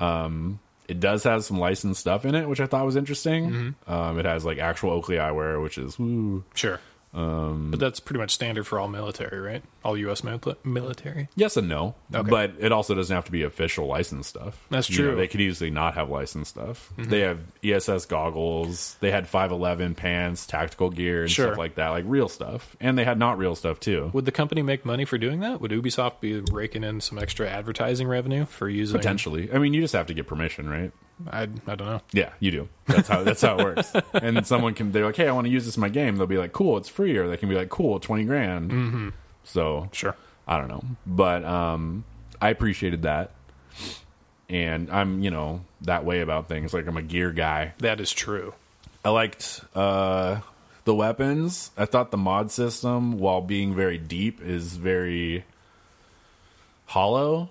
Speaker 1: Um, it does have some licensed stuff in it, which I thought was interesting.
Speaker 2: Mm-hmm.
Speaker 1: Um, it has like actual Oakley eyewear, which is woo.
Speaker 2: Sure. Um, but that's pretty much standard for all military, right? All U.S. mil- military.
Speaker 1: yes and no,
Speaker 2: Okay.
Speaker 1: but it also doesn't have to be official licensed stuff.
Speaker 2: That's
Speaker 1: You know,
Speaker 2: true. Mm-hmm.
Speaker 1: they could easily not have licensed stuff. They have ESS goggles. They had five eleven pants, tactical gear, and
Speaker 2: Sure.
Speaker 1: stuff like that, like real stuff. And they had not real stuff too.
Speaker 2: Would the company make money for doing that? Would Ubisoft be raking in some extra advertising revenue for using?
Speaker 1: Potentially, I mean, you just have to get permission, right?
Speaker 2: I, I don't know.
Speaker 1: Yeah, you do. That's how that's how it works. And then someone can they're like, "Hey, I want to use this in my game." They'll be like, "Cool, it's free," or they can be like, "Cool, twenty grand." Mm-hmm. So
Speaker 2: Sure.
Speaker 1: I don't know, but um, I appreciated that, and I'm you know that way about things. Like I'm a gear guy.
Speaker 2: That is true.
Speaker 1: I liked uh, the weapons. I thought the mod system, while being very deep, is very hollow.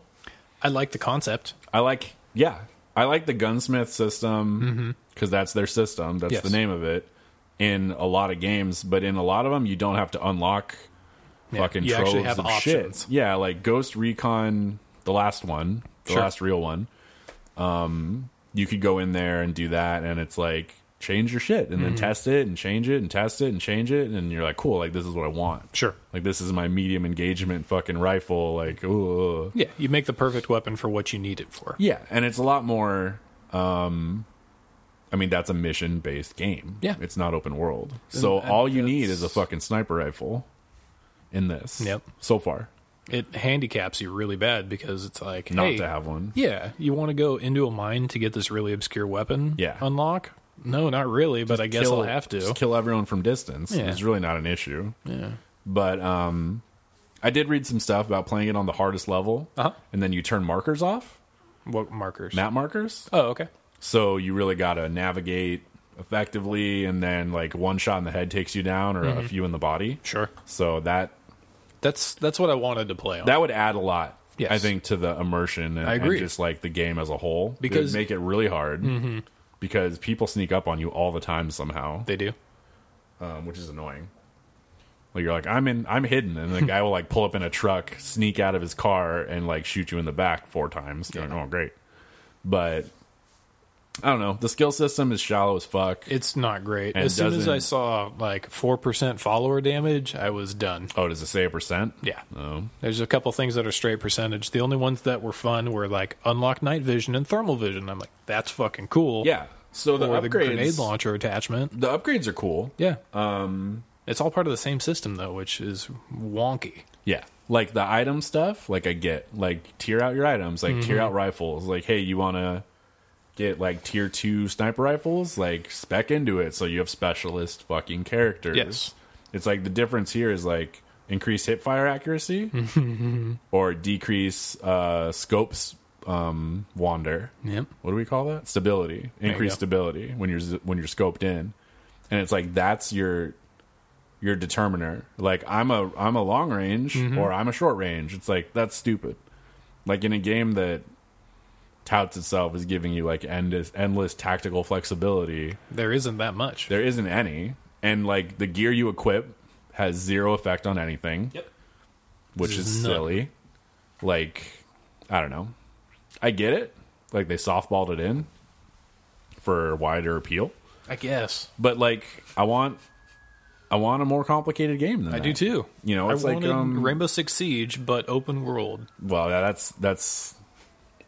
Speaker 2: I like the concept.
Speaker 1: I like, yeah, I like the gunsmith system because that's their system. That's
Speaker 2: Yes.
Speaker 1: the name of it in a lot of games, but in a lot of them, you don't have to unlock
Speaker 2: Yeah,
Speaker 1: fucking
Speaker 2: you
Speaker 1: troves
Speaker 2: actually have
Speaker 1: of
Speaker 2: options.
Speaker 1: shit. Yeah, like Ghost Recon, the last one, the
Speaker 2: Sure.
Speaker 1: last real one. Um, you could go in there and do that, and it's like change your shit and
Speaker 2: Mm-hmm.
Speaker 1: then test it and change it and test it and change it, and you're like, cool, like this is what I want.
Speaker 2: Sure.
Speaker 1: Like this is my medium engagement fucking rifle. Like, ooh.
Speaker 2: Yeah, you make the perfect weapon for what you need it for.
Speaker 1: Yeah, and it's a lot more. Um, I mean, that's a mission based game.
Speaker 2: Yeah.
Speaker 1: it's not open world. So
Speaker 2: and
Speaker 1: all you
Speaker 2: that's-
Speaker 1: need is a fucking sniper rifle. In this,
Speaker 2: Yep.
Speaker 1: So far,
Speaker 2: It handicaps you really bad because it's like
Speaker 1: not
Speaker 2: hey,
Speaker 1: to have one.
Speaker 2: Yeah, you want to go into a mine to get this really obscure weapon?
Speaker 1: Yeah.
Speaker 2: Unlock? No, not really, but I guess
Speaker 1: kill,
Speaker 2: I'll have to.
Speaker 1: just kill everyone from distance.
Speaker 2: Yeah.
Speaker 1: It's really not an issue. Yeah. But um, I did read some stuff about playing it on the hardest level,
Speaker 2: Uh-huh.
Speaker 1: and then you turn markers off,
Speaker 2: What markers?
Speaker 1: map markers.
Speaker 2: Oh, okay.
Speaker 1: So you really got to navigate effectively, and then like one shot in the head takes you down, or
Speaker 2: Mm-hmm.
Speaker 1: a few in the body.
Speaker 2: Sure.
Speaker 1: So that
Speaker 2: That's that's what I wanted to play on.
Speaker 1: that would add a lot.
Speaker 2: Yes.
Speaker 1: I think to the immersion and,
Speaker 2: I agree.
Speaker 1: and just like the game as a whole, It would
Speaker 2: Because- Mm-hmm.
Speaker 1: make it really hard because people sneak up on you all the time somehow,
Speaker 2: they do.
Speaker 1: um, which is annoying. Like you're like I'm in, I'm hidden, and the guy will like pull up in a truck, sneak out of his car, and like shoot you in the back four times. You're like, oh great, but I don't know. The skill system is shallow as fuck.
Speaker 2: It's not great.
Speaker 1: And
Speaker 2: as soon as I
Speaker 1: doesn't-
Speaker 2: saw like 4% follower damage, I was done.
Speaker 1: oh, does it say a percent? Oh.
Speaker 2: Yeah.
Speaker 1: No.
Speaker 2: There's a couple things that are straight percentage. The only ones that were fun were like unlock night vision and thermal vision. I'm like, that's fucking cool.
Speaker 1: Yeah. So the
Speaker 2: or the
Speaker 1: upgrades,
Speaker 2: grenade launcher attachment.
Speaker 1: the upgrades are cool.
Speaker 2: Yeah. Um it's all part of the same system though, which is wonky.
Speaker 1: Yeah. Like the item stuff, like I get. Like tier out your items, like
Speaker 2: Mm-hmm.
Speaker 1: tier out rifles. Like, hey, you wanna get like tier two sniper rifles? Like spec into it so you have specialist fucking characters.
Speaker 2: Yes.
Speaker 1: It's like the difference here is like increase hip fire accuracy or decrease uh scopes um wander.
Speaker 2: Yep.
Speaker 1: What do we call that? Stability. Increase
Speaker 2: go.
Speaker 1: stability when you're z- when you're scoped in. And it's like that's your your determiner. Like I'm a I'm a long range or I'm a short range. It's like that's stupid. Like in a game that touts itself as giving you like endless, endless tactical flexibility,
Speaker 2: There isn't that much.
Speaker 1: there isn't any. And like the gear you equip has zero effect on anything.
Speaker 2: Yep.
Speaker 1: Which
Speaker 2: This
Speaker 1: is
Speaker 2: is none.
Speaker 1: silly. Like, I don't know. I get it. Like they softballed it in for wider appeal.
Speaker 2: I guess.
Speaker 1: But like I want I want a more complicated game than
Speaker 2: I
Speaker 1: that.
Speaker 2: do too.
Speaker 1: You know,
Speaker 2: I
Speaker 1: it's like,
Speaker 2: wanted
Speaker 1: um,
Speaker 2: Rainbow Six Siege, but open world.
Speaker 1: Well, yeah, that's that's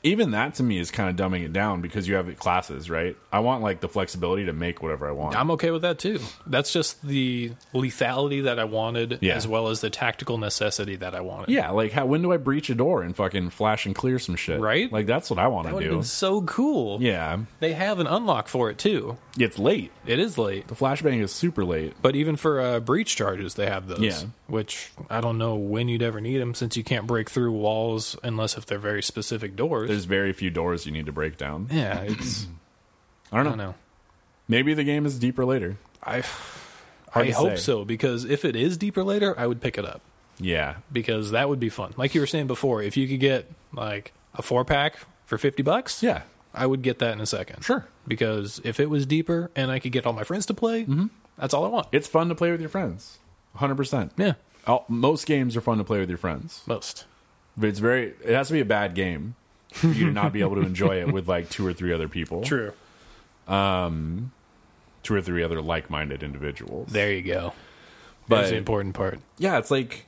Speaker 1: even that to me is kind of dumbing it down because you have classes, right? I want like the flexibility to make whatever I want.
Speaker 2: I'm okay with that too. That's just the lethality that I wanted,
Speaker 1: Yeah.
Speaker 2: as well as the tactical necessity that I wanted.
Speaker 1: yeah, like how when do I breach a door and fucking flash and clear some shit?
Speaker 2: Right?
Speaker 1: Like that's what I want
Speaker 2: that
Speaker 1: to
Speaker 2: would
Speaker 1: do.
Speaker 2: have been so cool.
Speaker 1: Yeah,
Speaker 2: They have an unlock for it too.
Speaker 1: it's late.
Speaker 2: It is late,
Speaker 1: The flashbang is super late.
Speaker 2: but even for uh, breach charges, they have those.
Speaker 1: Yeah.
Speaker 2: Which I don't know when you'd ever need them, since you can't break through walls unless if they're very specific doors.
Speaker 1: There's very few doors you need to break down.
Speaker 2: yeah, it's
Speaker 1: I don't
Speaker 2: I
Speaker 1: know.
Speaker 2: don't know.
Speaker 1: Maybe the game is deeper later.
Speaker 2: I
Speaker 1: Hard
Speaker 2: I
Speaker 1: to
Speaker 2: hope
Speaker 1: say.
Speaker 2: so because if it is deeper later, I would pick it up.
Speaker 1: Yeah,
Speaker 2: because that would be fun. Like you were saying before, if you could get like a four pack for 50 bucks,
Speaker 1: yeah,
Speaker 2: I would get that in a second.
Speaker 1: Sure.
Speaker 2: Because if it was deeper and I could get all my friends to play,
Speaker 1: Mm-hmm.
Speaker 2: that's all I want.
Speaker 1: it's fun to play with your friends. Hundred percent.
Speaker 2: Yeah.
Speaker 1: Most games are fun to play with your friends.
Speaker 2: Most.
Speaker 1: But it's very. It has to be a bad game for you to not be able to enjoy it with like two or three other people.
Speaker 2: True.
Speaker 1: Two or three other like-minded individuals.
Speaker 2: There you go.
Speaker 1: but
Speaker 2: that's the important part.
Speaker 1: yeah, it's like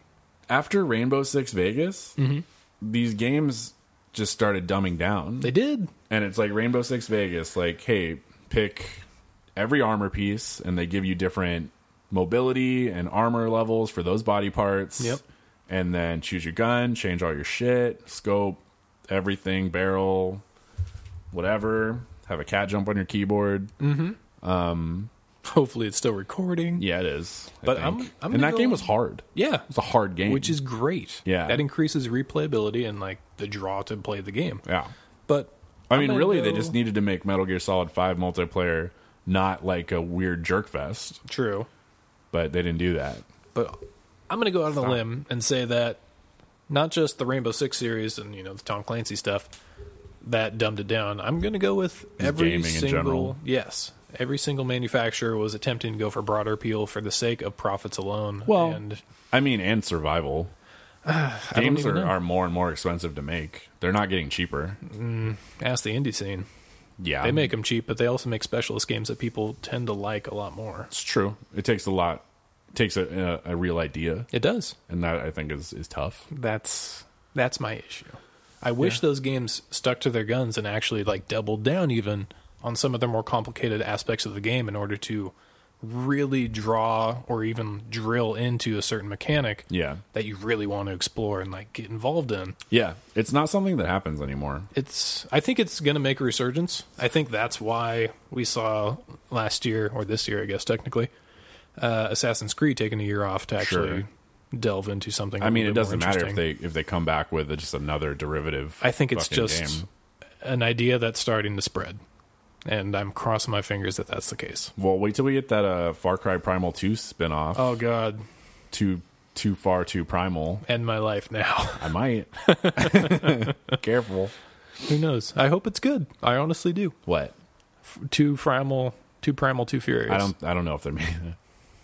Speaker 1: after Rainbow Six Vegas,
Speaker 2: Mm-hmm.
Speaker 1: these games just started dumbing down,
Speaker 2: They did.
Speaker 1: and it's like Rainbow Six Vegas. Like, hey, pick every armor piece, and they give you different mobility and armor levels for those body parts.
Speaker 2: Yep.
Speaker 1: And then choose your gun, change all your shit, scope, everything, barrel, whatever. Have a cat jump on your keyboard.
Speaker 2: Mm. Hopefully it's still recording.
Speaker 1: Yeah, it is. I
Speaker 2: But
Speaker 1: think.
Speaker 2: I'm- I'm
Speaker 1: and
Speaker 2: gonna
Speaker 1: that
Speaker 2: go-
Speaker 1: game was hard.
Speaker 2: Yeah.
Speaker 1: It's a hard game,
Speaker 2: Which is great.
Speaker 1: Yeah.
Speaker 2: That increases replayability and like the draw to play the game.
Speaker 1: yeah.
Speaker 2: But
Speaker 1: I
Speaker 2: I'm
Speaker 1: mean,
Speaker 2: gonna
Speaker 1: really, they
Speaker 2: go-
Speaker 1: just needed to make Metal Gear Solid Five multiplayer not like a weird jerk fest,
Speaker 2: True.
Speaker 1: but they didn't do that.
Speaker 2: but I'm going to go out on a limb and say that not just the Rainbow Six series and you know the Tom Clancy stuff that dumbed it down. I'm going to go with every
Speaker 1: gaming in
Speaker 2: single
Speaker 1: general.
Speaker 2: yes, every single manufacturer was attempting to go for broader appeal for the sake of profits alone.
Speaker 1: Well,
Speaker 2: and
Speaker 1: I mean, and survival.
Speaker 2: don't
Speaker 1: Games
Speaker 2: even
Speaker 1: are,
Speaker 2: know.
Speaker 1: are more and more expensive to make. They're not getting cheaper.
Speaker 2: ask the indie scene.
Speaker 1: Yeah,
Speaker 2: They make them cheap, but they also make specialist games that people tend to like a lot more.
Speaker 1: It's true. It takes a lot. It takes a, a, a real idea,
Speaker 2: It does.
Speaker 1: and that I think is is tough.
Speaker 2: That's that's my issue. I wish those games stuck to their guns and actually like doubled down even on some of the more complicated aspects of the game in order to really draw or even drill into a certain mechanic
Speaker 1: Yeah,
Speaker 2: that you really want to explore and like get involved in.
Speaker 1: yeah. It's not something that happens anymore.
Speaker 2: It's I think it's going to make a resurgence. I think that's why we saw last year or this year I guess technically uh Assassin's Creed taking a year off to actually delve into something
Speaker 1: I mean, it
Speaker 2: a little
Speaker 1: doesn't
Speaker 2: bit more
Speaker 1: matter if
Speaker 2: interesting.
Speaker 1: they if they come back with just another derivative.
Speaker 2: I think it's
Speaker 1: fucking
Speaker 2: just
Speaker 1: game.
Speaker 2: an idea that's starting to spread, and I'm crossing my fingers that that's the case.
Speaker 1: well, wait till we get that uh, Far Cry Primal Two spinoff.
Speaker 2: Oh God,
Speaker 1: too too far too primal.
Speaker 2: end my life now.
Speaker 1: I might. Careful.
Speaker 2: Who knows? I hope it's good. I honestly do.
Speaker 1: What?
Speaker 2: Two primal, two primal, two furious.
Speaker 1: I don't. I don't know if they're.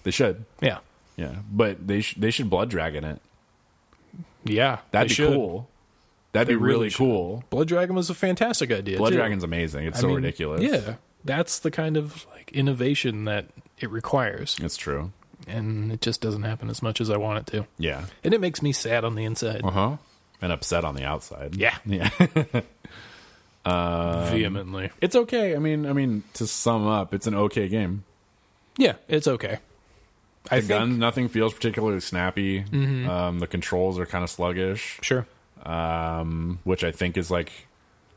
Speaker 1: they should.
Speaker 2: Yeah,
Speaker 1: Yeah, but they sh- they should blood dragon it.
Speaker 2: yeah.
Speaker 1: That'd
Speaker 2: they
Speaker 1: be
Speaker 2: should.
Speaker 1: cool. That'd
Speaker 2: They
Speaker 1: be
Speaker 2: really
Speaker 1: really
Speaker 2: should.
Speaker 1: cool.
Speaker 2: Blood Dragon was a fantastic idea.
Speaker 1: Blood
Speaker 2: too.
Speaker 1: Dragon's amazing. It's
Speaker 2: I
Speaker 1: so
Speaker 2: mean,
Speaker 1: ridiculous.
Speaker 2: Yeah, that's the kind of like innovation that it requires,
Speaker 1: it's true.
Speaker 2: and it just doesn't happen as much as I want it to,
Speaker 1: Yeah.
Speaker 2: and it makes me sad on the inside.
Speaker 1: Uh huh. And upset on the outside.
Speaker 2: Yeah,
Speaker 1: Yeah. um,
Speaker 2: vehemently.
Speaker 1: it's okay. I mean, I mean, to sum up, it's an okay game.
Speaker 2: Yeah, it's okay. I
Speaker 1: The
Speaker 2: think
Speaker 1: gun, nothing feels particularly snappy. Um, the controls are kind of sluggish,
Speaker 2: sure.
Speaker 1: um, which I think is like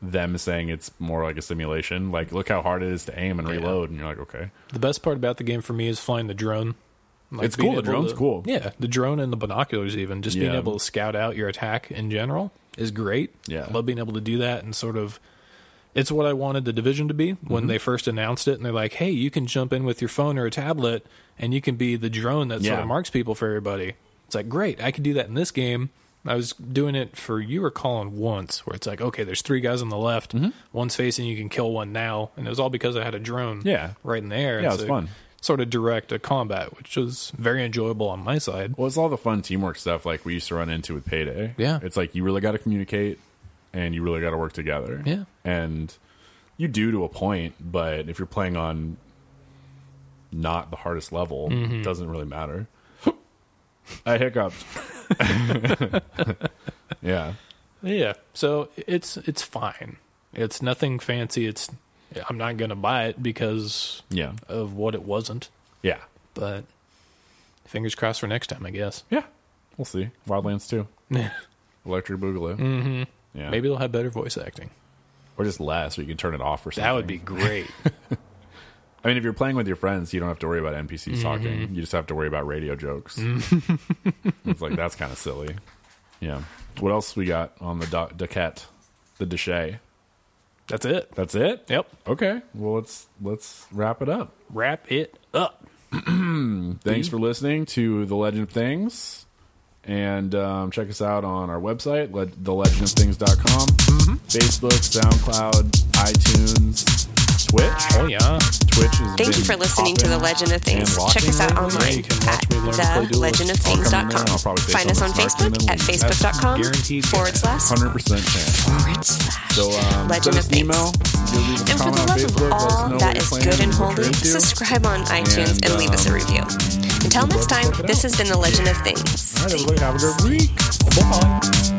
Speaker 1: them saying it's more like a simulation. Like, look how hard it is to aim and reload, and you're like, okay,
Speaker 2: The best part about the game for me is flying the drone. Like,
Speaker 1: It's
Speaker 2: being
Speaker 1: cool, the
Speaker 2: able
Speaker 1: drone's
Speaker 2: to-
Speaker 1: cool.
Speaker 2: Yeah, the drone and the binoculars, even just being
Speaker 1: Yeah.
Speaker 2: able to scout out your attack in general is great.
Speaker 1: Yeah.
Speaker 2: I love being able to do that and sort of. It's what I wanted the division to be when
Speaker 1: Mm-hmm.
Speaker 2: they first announced it, and they're like, "Hey, you can jump in with your phone or a tablet, and you can be the drone that sort
Speaker 1: Yeah.
Speaker 2: of marks people for everybody." It's like, great, I could do that in this game, I was doing it for you were calling once, where it's like, okay, there's three guys on the left,
Speaker 1: Mm-hmm.
Speaker 2: one's facing, you can kill one now, and it was all because I had a drone,
Speaker 1: Yeah.
Speaker 2: right in the air.
Speaker 1: Yeah,
Speaker 2: and
Speaker 1: it was
Speaker 2: so
Speaker 1: fun.
Speaker 2: Sort of direct a combat, which was very enjoyable on my side.
Speaker 1: Well, it's all the fun teamwork stuff like we used to run into with Payday.
Speaker 2: Yeah.
Speaker 1: It's like you really got to communicate and you really got to work together.
Speaker 2: Yeah.
Speaker 1: And you do to a point, but if you're playing on not the hardest level,
Speaker 2: Mm-hmm.
Speaker 1: it doesn't really matter. I hiccuped. yeah.
Speaker 2: Yeah, so it's it's fine. It's nothing fancy. It's I'm not gonna buy it because
Speaker 1: Yeah.
Speaker 2: of what it wasn't.
Speaker 1: Yeah.
Speaker 2: But fingers crossed for next time, I guess.
Speaker 1: Yeah. We'll see. Wildlands 2. Electric Boogaloo. Mm-hmm. Yeah.
Speaker 2: Maybe they'll have better voice acting.
Speaker 1: Or just less, so you can turn it off or something.
Speaker 2: That would be great.
Speaker 1: I mean, if you're playing with your friends, you don't have to worry about NPCs
Speaker 2: Mm-hmm.
Speaker 1: talking. You just have to worry about radio jokes.
Speaker 2: Mm-hmm.
Speaker 1: it's like that's kind of silly. Yeah. What else we got on the do- Duquette, the Duchet?
Speaker 2: That's it.
Speaker 1: That's it.
Speaker 2: Yep.
Speaker 1: Okay. Well, let's let's wrap it up.
Speaker 2: Wrap it up.
Speaker 1: Thanks for listening to the Legend of Things, and um, check us out on our website, le- thelegendofthings.com,
Speaker 2: Mm-hmm.
Speaker 1: Facebook, SoundCloud, iTunes, Twitch.
Speaker 2: Oh yeah.
Speaker 1: Twitch is.
Speaker 3: Thank you for listening to The Legend of Things. Check us out online at
Speaker 1: I'll
Speaker 3: thelegendofthings.com.
Speaker 1: probably say
Speaker 3: Find us on
Speaker 1: something snarky and then
Speaker 3: Facebook at
Speaker 1: leave.
Speaker 3: facebook.com
Speaker 2: guaranteed
Speaker 3: forward slash
Speaker 1: Hundred percent chance.
Speaker 3: forward slash
Speaker 1: So, um,
Speaker 3: Legend
Speaker 1: send
Speaker 3: of
Speaker 1: us an email.
Speaker 3: Things.
Speaker 1: You'll leave us a
Speaker 3: And for
Speaker 1: comment on
Speaker 3: the love
Speaker 1: Facebook,
Speaker 3: of
Speaker 1: let us know
Speaker 3: all
Speaker 1: what
Speaker 3: that
Speaker 1: you're
Speaker 3: is
Speaker 1: playing,
Speaker 3: good and
Speaker 1: what you're
Speaker 3: holy,
Speaker 1: into.
Speaker 3: subscribe on iTunes and,
Speaker 1: And,
Speaker 3: leave us a
Speaker 1: um,
Speaker 3: review. Until next time,
Speaker 1: check it
Speaker 3: this
Speaker 1: out.
Speaker 3: has been The Legend of Things.
Speaker 1: All right, everybody, have a good week.
Speaker 2: Bye.